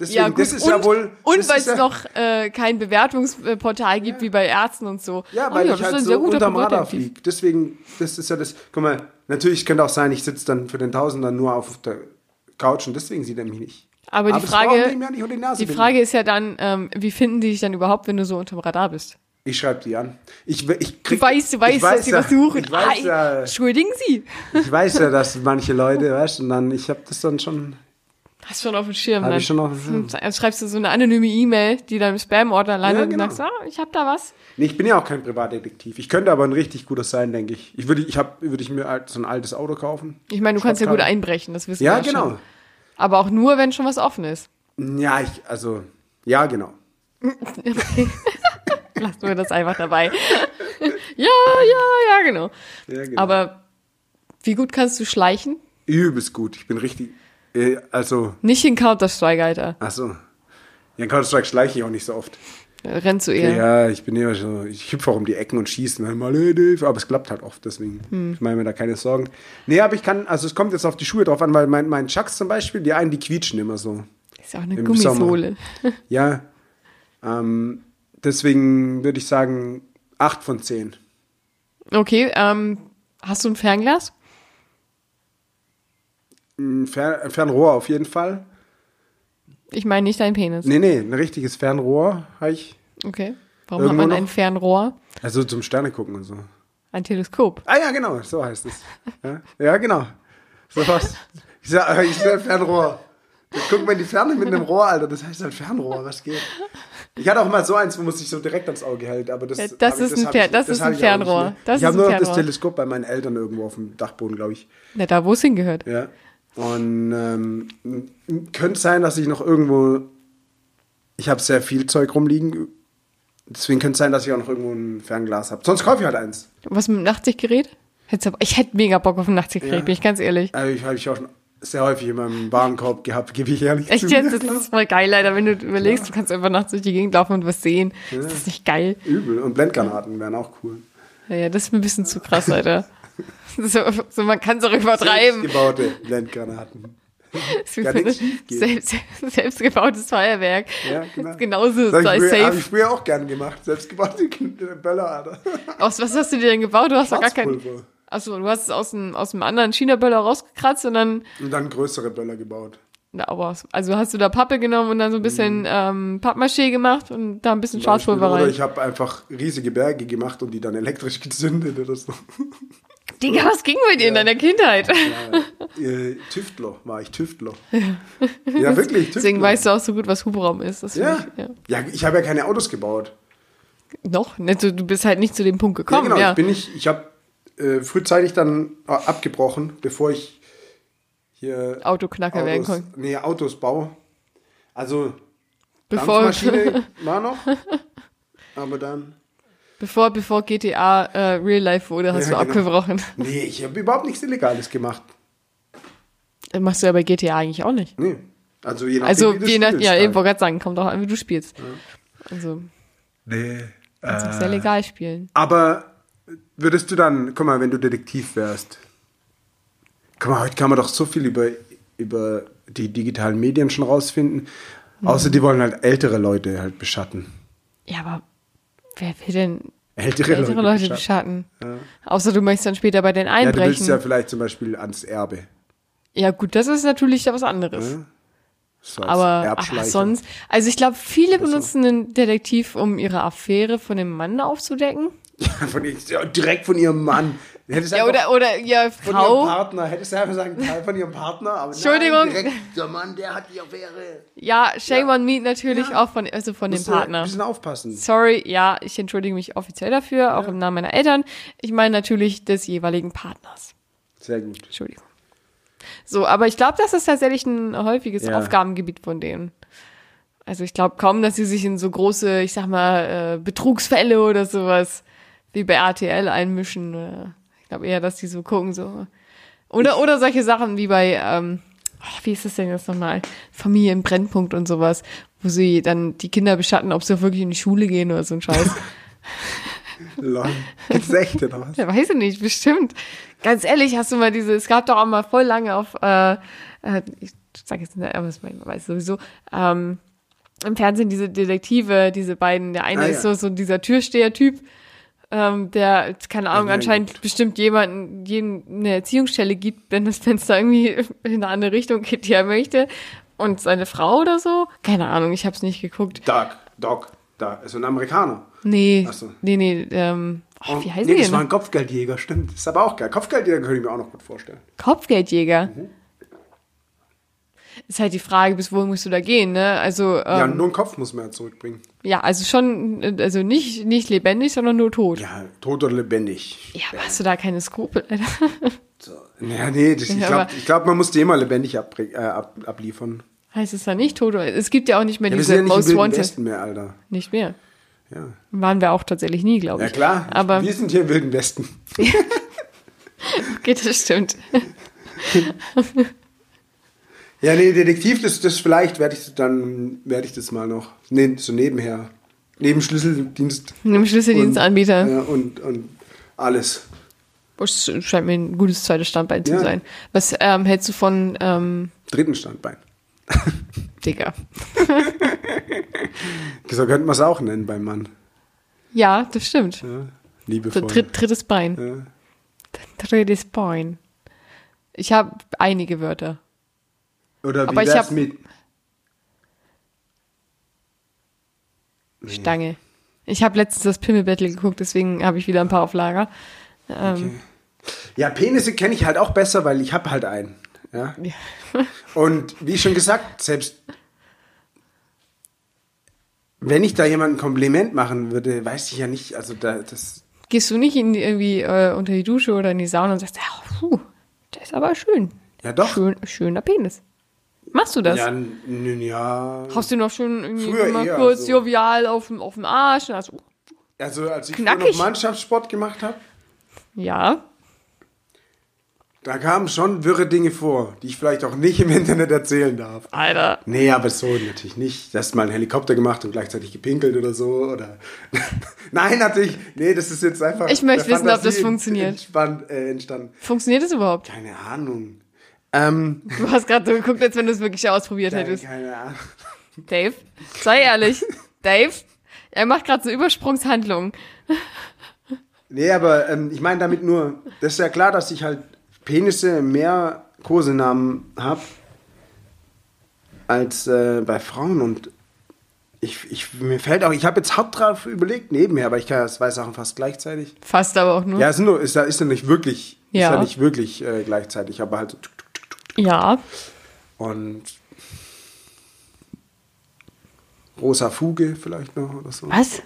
Speaker 1: Deswegen,
Speaker 2: Ja, gut.
Speaker 1: das ist
Speaker 2: und
Speaker 1: ja wohl.
Speaker 2: und
Speaker 1: das
Speaker 2: weil
Speaker 1: ist ja,
Speaker 2: es noch äh, kein Bewertungsportal gibt wie bei Ärzten und so.
Speaker 1: Ja,
Speaker 2: Oh
Speaker 1: weil
Speaker 2: das
Speaker 1: ich
Speaker 2: ist
Speaker 1: halt
Speaker 2: ein sehr
Speaker 1: so
Speaker 2: guter
Speaker 1: unterm Radar
Speaker 2: Privatdetektiv.
Speaker 1: fliege. Deswegen, das ist ja das. Guck mal, natürlich könnte auch sein, ich sitze dann für den Tausender nur auf der Couch und deswegen sieht er mich nicht.
Speaker 2: Aber die
Speaker 1: das
Speaker 2: Frage-
Speaker 1: brauchen die mir nicht unter die Nase
Speaker 2: Die
Speaker 1: binden.
Speaker 2: Frage ist ja dann, ähm, wie finden die dich dann überhaupt, wenn du so unterm Radar bist?
Speaker 1: Ich schreibe die an. Ich, we- ich
Speaker 2: Du
Speaker 1: krieg,
Speaker 2: weißt, du weißt,
Speaker 1: ich weiß
Speaker 2: dass sie
Speaker 1: ja,
Speaker 2: was suchen.
Speaker 1: Ich weiß,
Speaker 2: ah,
Speaker 1: ja,
Speaker 2: entschuldigen Sie.
Speaker 1: ich weiß ja, dass manche Leute, weißt du, und dann, ich habe das dann schon,
Speaker 2: Hast schon auf dem Schirm.
Speaker 1: Hab
Speaker 2: Dann
Speaker 1: ich schon auf dem Schirm.
Speaker 2: Dann schreibst du so eine anonyme E-Mail, die dann im Spam-Ordner landet
Speaker 1: genau.
Speaker 2: und sagst, ah, ich hab da was.
Speaker 1: Nee, ich bin ja auch kein Privatdetektiv. Ich könnte aber ein richtig guter sein, denke ich. Ich würde, ich hab, würde ich mir alt- so ein altes Auto kaufen.
Speaker 2: Ich meine, du kannst ja gut
Speaker 1: Stadtkarte.
Speaker 2: einbrechen, das wissen
Speaker 1: Ja,
Speaker 2: wir ja
Speaker 1: genau.
Speaker 2: schon. Aber auch nur, wenn schon was offen ist.
Speaker 1: Ja, ich, also, ja, genau.
Speaker 2: Lassen wir das einfach dabei. ja, ja, ja, genau.
Speaker 1: Ja, genau.
Speaker 2: Aber wie gut kannst du schleichen?
Speaker 1: Übelst gut. Ich bin richtig, äh, also,
Speaker 2: Nicht in Counter-Strike, Alter.
Speaker 1: achso. Ja, in Counter-Strike schleiche ich auch nicht so oft.
Speaker 2: Äh, Rennst du eher.
Speaker 1: Ja, ich bin immer so, ich hüpfe auch um die Ecken und schieße dann mal, äh, Dave. aber es klappt halt oft, deswegen ich mache mir da keine Sorgen. Nee, aber ich kann, also es kommt jetzt auf die Schuhe drauf an, weil mein, mein Chucks zum Beispiel, die einen, die quietschen immer so.
Speaker 2: Ist ja auch eine
Speaker 1: Im
Speaker 2: Gummisohle.
Speaker 1: Ja, ähm, deswegen würde ich sagen, 8 von 10.
Speaker 2: Okay, ähm, hast du ein Fernglas?
Speaker 1: Ein Fer ein Fernrohr auf jeden Fall.
Speaker 2: Ich meine nicht dein Penis.
Speaker 1: Nee, nee, ein richtiges Fernrohr habe ich.
Speaker 2: Okay. Warum
Speaker 1: Irgendwo
Speaker 2: hat man
Speaker 1: noch?
Speaker 2: ein Fernrohr?
Speaker 1: Also zum Sterne gucken und so.
Speaker 2: Ein Teleskop.
Speaker 1: Ah ja, genau, so heißt es. Ja, ja genau. So was. Ich sag, äh, ich sag Fernrohr. Ich guck mal in die Ferne mit einem Rohr, Alter. Das heißt ein Fernrohr, was geht? Ich hatte auch mal so eins, wo man sich so direkt ans Auge hält, aber das,
Speaker 2: Ja,
Speaker 1: hab
Speaker 2: das
Speaker 1: ich,
Speaker 2: ist ein
Speaker 1: hab
Speaker 2: Fer-
Speaker 1: ich-
Speaker 2: das ist
Speaker 1: hab
Speaker 2: ein
Speaker 1: ich auch nicht
Speaker 2: Fernrohr.
Speaker 1: mehr.
Speaker 2: Das
Speaker 1: ich
Speaker 2: ist
Speaker 1: habe
Speaker 2: ein
Speaker 1: nur noch das
Speaker 2: Fernrohr.
Speaker 1: Teleskop bei meinen Eltern irgendwo auf dem Dachboden, glaube ich.
Speaker 2: Na, da, wo es hingehört.
Speaker 1: Ja. Und ähm, könnte sein, dass ich noch irgendwo. Ich habe sehr viel Zeug rumliegen. Deswegen könnte es sein, dass ich auch noch irgendwo ein Fernglas habe. Sonst kaufe ich halt eins.
Speaker 2: Was mit dem Nachtsichtgerät? Hättest du- Ich hätte mega Bock auf ein Nachtsichtgerät,
Speaker 1: Ja.
Speaker 2: bin ich ganz ehrlich.
Speaker 1: Also ich habe ich auch schon sehr häufig in meinem Warenkorb gehabt, gebe ich ehrlich
Speaker 2: Echt
Speaker 1: zu.
Speaker 2: jetzt? Das ist voll geil, leider, wenn du überlegst, du kannst einfach nachts durch die Gegend laufen und was sehen. Ist das nicht geil?
Speaker 1: Übel. Und Blendgranaten wären auch cool.
Speaker 2: Naja, das ist mir ein bisschen zu krass, Alter. So, so, man kann es auch übertreiben.
Speaker 1: Selbstgebaute Blendgranaten.
Speaker 2: Es ist
Speaker 1: kann
Speaker 2: so
Speaker 1: nix
Speaker 2: ein
Speaker 1: schiefgehen.
Speaker 2: Selbst, selbstgebautes Feuerwerk.
Speaker 1: Ja,
Speaker 2: genau.
Speaker 1: genau.
Speaker 2: Ist genauso
Speaker 1: Das
Speaker 2: sei
Speaker 1: habe ich, früher- hab
Speaker 2: safe.
Speaker 1: ich früher auch gerne gemacht. Selbstgebaute Kinder- Böller, Alter.
Speaker 2: Aus was hast du dir denn gebaut? Du hast doch gar keinen.
Speaker 1: Schwarzpulver.
Speaker 2: Achso, du hast es aus dem, aus dem anderen China-Böller rausgekratzt und dann.
Speaker 1: Und dann größere Böller gebaut.
Speaker 2: Na, aber aus- also hast du da Pappe genommen und dann so ein bisschen ähm, Pappmaché gemacht und da ein bisschen Schwarzpulver
Speaker 1: Oder
Speaker 2: rein.
Speaker 1: Mhm. ich habe einfach riesige Berge gemacht und die dann elektrisch gezündet oder so.
Speaker 2: Digga, was ging mit dir in deiner Kindheit?
Speaker 1: äh, Tüftler war ich, Tüftler. Ja, wirklich, Tüftler.
Speaker 2: Deswegen weißt du auch so gut, was Hubraum ist. Das find
Speaker 1: ja.
Speaker 2: Ich, ja.
Speaker 1: ja, ich habe ja keine Autos gebaut.
Speaker 2: Noch? Ne, Du, du bist halt nicht zu dem Punkt
Speaker 1: ja,
Speaker 2: gekommen.
Speaker 1: genau.
Speaker 2: ja.
Speaker 1: Ich bin nicht, ich habe äh, frühzeitig dann äh, abgebrochen, bevor ich hier
Speaker 2: Autoknacker werden
Speaker 1: Autos,
Speaker 2: konnte.
Speaker 1: nee, Autos baue. Also
Speaker 2: Bevor,
Speaker 1: Dampfmaschine war noch, aber dann
Speaker 2: bevor, bevor GTA äh, Real Life wurde, hast
Speaker 1: Ja,
Speaker 2: du
Speaker 1: genau.
Speaker 2: abgebrochen.
Speaker 1: nee, ich habe überhaupt nichts Illegales gemacht.
Speaker 2: Das machst du ja bei GTA eigentlich auch nicht.
Speaker 1: Nee. Also je nachdem,
Speaker 2: Also,
Speaker 1: wie du
Speaker 2: je nach,
Speaker 1: spielst,
Speaker 2: ja,
Speaker 1: halt.
Speaker 2: eben wollte gerade sagen, kommt auch an, wie du spielst. Also,
Speaker 1: Nee.
Speaker 2: kannst auch
Speaker 1: Äh.
Speaker 2: sehr legal spielen.
Speaker 1: Aber würdest du dann, guck mal, wenn du Detektiv wärst, guck mal, heute kann man doch so viel über, über die digitalen Medien schon rausfinden. Außer die wollen halt ältere Leute halt beschatten.
Speaker 2: Ja, aber wer will denn
Speaker 1: Ältere,
Speaker 2: ältere Leute beschatten? Außer du möchtest dann später bei denen
Speaker 1: Ja, du willst
Speaker 2: einbrechen.
Speaker 1: ja
Speaker 2: Ja,
Speaker 1: vielleicht zum Beispiel ans Erbe.
Speaker 2: gut, das ist natürlich was anderes.
Speaker 1: So als
Speaker 2: aber,
Speaker 1: Erbschleicher.
Speaker 2: aber sonst, also ich glaube, viele benutzen einen Detektiv, um ihre Affäre von dem Mann aufzudecken.
Speaker 1: Von, ja, direkt von ihrem Mann. Hättest
Speaker 2: Ja,
Speaker 1: einfach
Speaker 2: oder, oder ja,
Speaker 1: von ihrem
Speaker 2: Frau.
Speaker 1: Partner. Hättest du einfach sagen, Teil von ihrem Partner. Aber
Speaker 2: Entschuldigung.
Speaker 1: Nein, direkt, der Mann, der hat die Affäre.
Speaker 2: Ja, Shame on Me natürlich auch von, also von dem
Speaker 1: Musst du halt Ein
Speaker 2: Partner.
Speaker 1: bisschen aufpassen.
Speaker 2: Sorry, ja, ich entschuldige mich offiziell dafür, auch im Namen meiner Eltern. Ich meine natürlich des jeweiligen Partners.
Speaker 1: Sehr gut.
Speaker 2: Entschuldigung. So, aber ich glaube, das ist tatsächlich ein häufiges
Speaker 1: Ja.
Speaker 2: Aufgabengebiet von denen. Also ich glaube kaum, dass sie sich in so große, ich sag mal, äh, Betrugsfälle oder sowas wie bei RTL einmischen. Äh, ich glaube eher, dass die so gucken, so. Oder, oder solche Sachen wie bei, ähm, ach, wie ist das denn jetzt nochmal? Familie im Brennpunkt und sowas, wo sie dann die Kinder beschatten, ob sie auch wirklich in die Schule gehen oder so ein Scheiß.
Speaker 1: Lol. Gibt's echt oder was?
Speaker 2: Ja, weiß ich nicht, bestimmt. Ganz ehrlich, hast du mal diese, es gab doch auch mal voll lange auf, äh, äh, ich sag jetzt nicht, aber das man weiß sowieso, ähm, im Fernsehen diese Detektive, diese beiden, der eine
Speaker 1: Ah,
Speaker 2: ist
Speaker 1: ja.
Speaker 2: so, so dieser Türsteher-Typ, ähm, der, keine Ahnung,
Speaker 1: nein,
Speaker 2: anscheinend bestimmt jemanden, jedem eine Erziehungsstelle gibt, wenn das Fenster irgendwie in eine andere Richtung geht, die er möchte. Und seine Frau oder so? Keine Ahnung, ich hab's nicht geguckt.
Speaker 1: Doc, Doc. Da ist ein Amerikaner.
Speaker 2: Nee,
Speaker 1: Ach so.
Speaker 2: nee, nee, ähm, ach, wie
Speaker 1: Und-
Speaker 2: heißen
Speaker 1: nee,
Speaker 2: die
Speaker 1: das war
Speaker 2: denn?
Speaker 1: ein Kopfgeldjäger, stimmt. Ist aber auch geil. Kopfgeldjäger könnte ich mir auch noch gut vorstellen.
Speaker 2: Kopfgeldjäger.
Speaker 1: Mhm.
Speaker 2: Ist halt die Frage, bis wohin musst du da gehen, ne? Also, ähm,
Speaker 1: Ja,
Speaker 2: ja,
Speaker 1: nur einen Kopf muss man ja zurückbringen.
Speaker 2: also schon, äh, also nicht, nicht lebendig, sondern nur tot. Ja,
Speaker 1: Ja, tot oder lebendig.
Speaker 2: aber hast du da keine Skrupel, Alter?
Speaker 1: So. Ja, nee, das, ich
Speaker 2: Ja,
Speaker 1: glaube,
Speaker 2: aber-
Speaker 1: glaub, man muss die immer lebendig abbring- äh, ab, abliefern.
Speaker 2: heißt es da nicht tot? Oder? Es gibt ja auch nicht mehr
Speaker 1: Ja, wir
Speaker 2: diese
Speaker 1: sind ja nicht im
Speaker 2: Most
Speaker 1: Wilden
Speaker 2: Wanted.
Speaker 1: Westen mehr, Alter.
Speaker 2: Nicht mehr.
Speaker 1: Ja,
Speaker 2: Waren wir auch tatsächlich nie, glaube ich.
Speaker 1: ja klar,
Speaker 2: Aber
Speaker 1: wir sind hier im Wilden Westen.
Speaker 2: geht das stimmt.
Speaker 1: Ja, nee, Detektiv, das, das vielleicht werde ich dann, werde ich das mal noch, nee, so nebenher, neben Schlüsseldienst.
Speaker 2: Neben Schlüsseldienstanbieter.
Speaker 1: Und, äh, ja, und, und alles.
Speaker 2: Das scheint mir ein gutes zweites Standbein zu
Speaker 1: Ja.
Speaker 2: sein. Was ähm, hältst du von, ähm,
Speaker 1: Dritten Standbein.
Speaker 2: Digga?
Speaker 1: So könnte man es auch nennen beim Mann.
Speaker 2: Ja, das stimmt.
Speaker 1: Ja,
Speaker 2: So,
Speaker 1: liebevoll.
Speaker 2: dritt, drittes Bein.
Speaker 1: ja.
Speaker 2: Drittes Bein. Ich habe einige Wörter.
Speaker 1: Oder wie
Speaker 2: Aber ich
Speaker 1: wär's
Speaker 2: hab-
Speaker 1: mit
Speaker 2: Stange. Ich habe letztens das Pimmelbattle geguckt, deswegen habe ich wieder ein paar auf Lager. Ähm,
Speaker 1: Ja, Penisse kenne ich halt auch besser, weil ich habe halt einen. Ja? Und wie schon gesagt, selbst wenn ich da jemandem ein Kompliment machen würde, weiß ich ja nicht, also da, das,
Speaker 2: Gehst du nicht in die, irgendwie äh, unter die Dusche oder in die Sauna und sagst, ja, puh, der ist aber schön.
Speaker 1: ja doch.
Speaker 2: Schön, schöner Penis. Machst du das?
Speaker 1: Ja, n- n- ja.
Speaker 2: Hast du noch schön irgendwie
Speaker 1: Früher
Speaker 2: immer
Speaker 1: eher
Speaker 2: kurz
Speaker 1: so.
Speaker 2: jovial auf dem, auf dem Arsch? Und hast, uh,
Speaker 1: Also als ich früher noch
Speaker 2: Knackig.
Speaker 1: Mannschaftssport gemacht habe,
Speaker 2: ja,
Speaker 1: da kamen schon wirre Dinge vor, die ich vielleicht auch nicht im Internet erzählen darf.
Speaker 2: Alter.
Speaker 1: Nee, aber so natürlich nicht. Du hast mal einen Helikopter gemacht und gleichzeitig gepinkelt oder so. Oder Nein, natürlich. Nee, das ist jetzt einfach.
Speaker 2: Ich möchte
Speaker 1: der
Speaker 2: wissen, ob das
Speaker 1: Fantasie
Speaker 2: funktioniert.
Speaker 1: Entspannt, äh, entstanden.
Speaker 2: Funktioniert das überhaupt?
Speaker 1: Keine Ahnung. Ähm,
Speaker 2: Du hast gerade so geguckt, als wenn du es wirklich ausprobiert
Speaker 1: keine,
Speaker 2: hättest.
Speaker 1: keine Ahnung.
Speaker 2: Dave, sei ehrlich. Dave, er macht gerade so Übersprungshandlungen.
Speaker 1: Nee, aber ähm, ich meine damit nur, das ist ja klar, dass ich halt Penisse mehr Kosenamen habe als äh, bei Frauen und ich, ich, mir fällt auch, ich habe jetzt hart drauf überlegt nebenher, aber ich kann ja zwei Sachen fast gleichzeitig.
Speaker 2: Fast aber auch nur.
Speaker 1: Ja, es sind nur, ist ja ist ja nicht wirklich,
Speaker 2: Ja.
Speaker 1: ist ja nicht wirklich äh, gleichzeitig, aber halt so. tuk, tuk.
Speaker 2: ja.
Speaker 1: Und Rosa Fuge vielleicht noch oder so.
Speaker 2: Was?
Speaker 1: Ist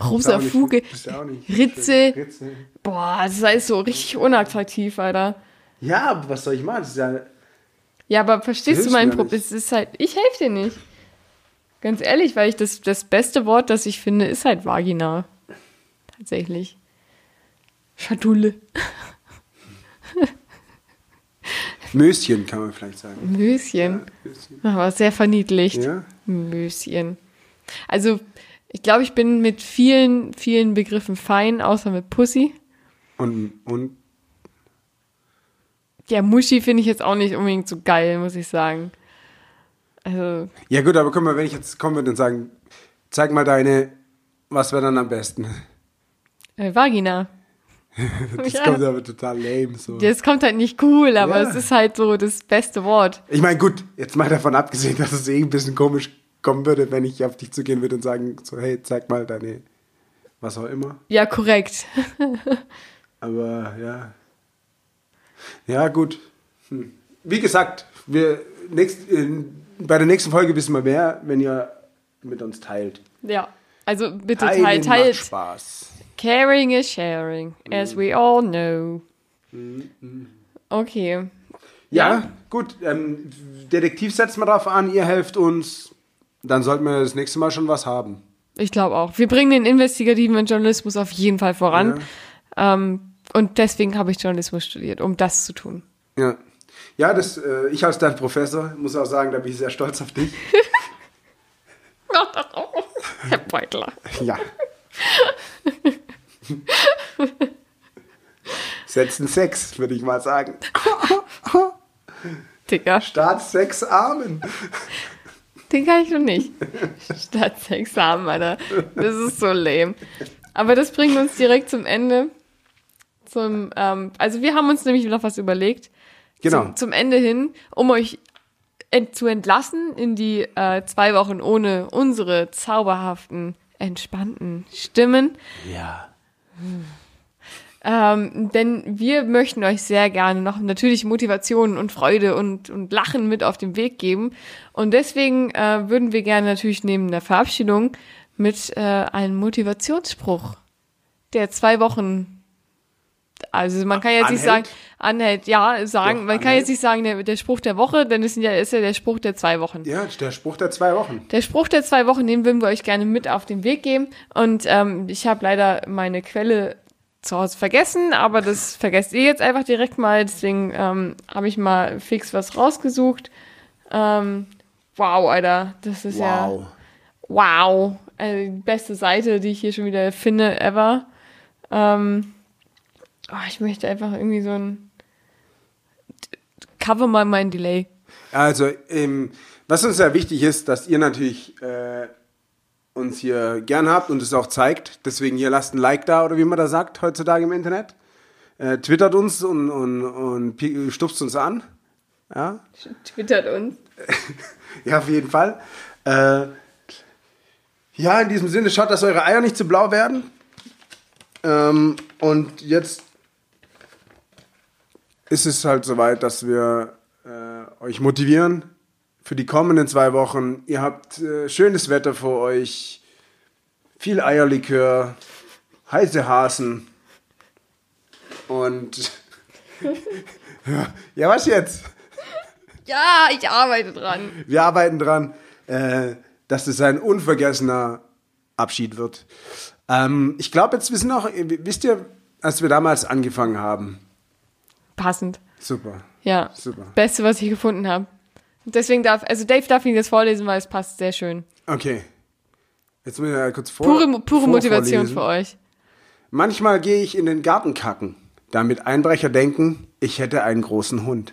Speaker 1: ja
Speaker 2: Rosa
Speaker 1: auch nicht-
Speaker 2: Fuge.
Speaker 1: ist ja auch nicht
Speaker 2: Ritze.
Speaker 1: schön. Ritze.
Speaker 2: Boah, das ist alles so richtig unattraktiv, Alter.
Speaker 1: Ja, aber was soll ich machen? Das ist ja,
Speaker 2: Ja, aber verstehst
Speaker 1: Hilfst
Speaker 2: du
Speaker 1: mir
Speaker 2: meinen
Speaker 1: ja
Speaker 2: Problem?
Speaker 1: nicht.
Speaker 2: Es ist halt, ich helfe dir nicht. Ganz ehrlich, weil ich das, das beste Wort, das ich finde, ist halt Vagina. Tatsächlich. Schatulle.
Speaker 1: Möschen kann man vielleicht sagen.
Speaker 2: Möschen. Aber sehr verniedlicht.
Speaker 1: Ja?
Speaker 2: Möschen. Also, ich glaube, ich bin mit vielen, vielen Begriffen fein, außer mit Pussy.
Speaker 1: Und, und
Speaker 2: Ja, Muschi finde ich jetzt auch nicht unbedingt so geil, muss ich sagen. Also,
Speaker 1: ja gut, aber guck mal, wenn ich jetzt kommen würde und sagen, zeig mal deine, was wäre dann am besten?
Speaker 2: äh, Vagina.
Speaker 1: Das
Speaker 2: Ja.
Speaker 1: kommt aber total lame so.
Speaker 2: Das kommt halt nicht cool, aber
Speaker 1: Ja.
Speaker 2: es ist halt so das beste Wort.
Speaker 1: Ich meine, gut, jetzt mal davon abgesehen, dass es eh ein bisschen komisch kommen würde, wenn ich auf dich zugehen würde und sagen, so, hey, zeig mal deine, was auch immer.
Speaker 2: Ja, korrekt.
Speaker 1: Aber ja. Ja, gut. Hm. Wie gesagt, wir nächst, in, bei der nächsten Folge wissen wir mehr, wenn ihr mit uns teilt.
Speaker 2: Ja. Also bitte
Speaker 1: Teilen
Speaker 2: teilt,
Speaker 1: macht
Speaker 2: teilt.
Speaker 1: Spaß. Mhm.
Speaker 2: Caring is sharing, as we all know. Okay.
Speaker 1: Ja,
Speaker 2: Ja.
Speaker 1: gut. Ähm, Detektiv setzt mal drauf an, ihr helft uns. Dann sollten wir das nächste Mal schon was haben.
Speaker 2: Ich glaube auch. Wir bringen den investigativen Journalismus auf jeden Fall voran. Ähm, und deswegen habe ich Journalismus studiert, um das zu tun.
Speaker 1: Ja. Ja, das, äh, ich als dein Professor muss auch sagen, da bin ich sehr stolz auf dich.
Speaker 2: Herr Beutler.
Speaker 1: Ja. Setzen sechs, würde ich mal sagen.
Speaker 2: Digga.
Speaker 1: Start sechs Armen.
Speaker 2: Den kann ich noch nicht. Staatsexamen, Alter. Das ist so lame. Aber das bringt uns direkt zum Ende. Zum, ähm, also wir haben uns nämlich noch was überlegt.
Speaker 1: Genau.
Speaker 2: Zum, zum Ende hin, um euch ent zu entlassen in die äh, zwei Wochen ohne unsere zauberhaften, entspannten Stimmen.
Speaker 1: Ja.
Speaker 2: Ähm, denn wir möchten euch sehr gerne noch natürlich Motivation und Freude und, und Lachen mit auf den Weg geben. Und deswegen äh, würden wir gerne natürlich neben der Verabschiedung mit äh, einem Motivationsspruch, der zwei Wochen, also man kann jetzt nicht sagen,
Speaker 1: Anhält?
Speaker 2: anhält, ja, sagen,
Speaker 1: Doch,
Speaker 2: man kann
Speaker 1: anhält.
Speaker 2: jetzt nicht sagen, der, der Spruch der Woche, denn es sind ja, ist ja der Spruch der zwei Wochen.
Speaker 1: Ja, der Spruch der zwei Wochen.
Speaker 2: Der Spruch der zwei Wochen, den würden wir euch gerne mit auf den Weg geben. Und ähm, ich habe leider meine Quelle zu Hause vergessen, aber das vergesst ihr jetzt einfach direkt mal. Deswegen ähm, habe ich mal fix was rausgesucht. Ähm, wow, Alter, das ist ja
Speaker 1: Wow.
Speaker 2: wow. Also die beste Seite, die ich hier schon wieder finde, ever. Ähm, oh, ich möchte einfach irgendwie so ein Cover mal mein Delay.
Speaker 1: Also, ähm, was uns ja wichtig ist, dass ihr natürlich äh, uns hier gern habt und es auch zeigt. Deswegen hier lasst ein Like da oder wie man da sagt heutzutage im Internet. Äh, twittert uns und, und, und pi- stupst uns an. Ja,
Speaker 2: Twittert uns.
Speaker 1: Ja, auf jeden Fall. Äh, ja, in diesem Sinne, schaut, dass eure Eier nicht zu blau werden. Ähm, und jetzt ist es halt soweit, dass wir äh, euch motivieren für die kommenden zwei Wochen. Ihr habt äh, schönes Wetter vor euch, viel Eierlikör, heiße Hasen und ja, was jetzt?
Speaker 2: Ja, ich arbeite dran.
Speaker 1: Wir arbeiten dran, äh, dass es ein unvergessener Abschied wird. Ähm, ich glaube, jetzt wissen auch, wisst ihr, als wir damals angefangen haben.
Speaker 2: Passend.
Speaker 1: Super.
Speaker 2: Ja.
Speaker 1: Super.
Speaker 2: Beste, was ich gefunden habe. Deswegen darf, also Dave darf ihn jetzt vorlesen, weil es passt sehr schön.
Speaker 1: Okay. Jetzt müssen wir ja kurz vor.
Speaker 2: Pure, pure
Speaker 1: vor-
Speaker 2: Motivation
Speaker 1: vorlesen.
Speaker 2: für euch.
Speaker 1: Manchmal gehe ich in den Garten kacken, damit Einbrecher denken, ich hätte einen großen Hund.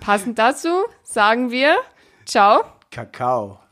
Speaker 2: Passend dazu sagen wir Ciao.
Speaker 1: Kakao.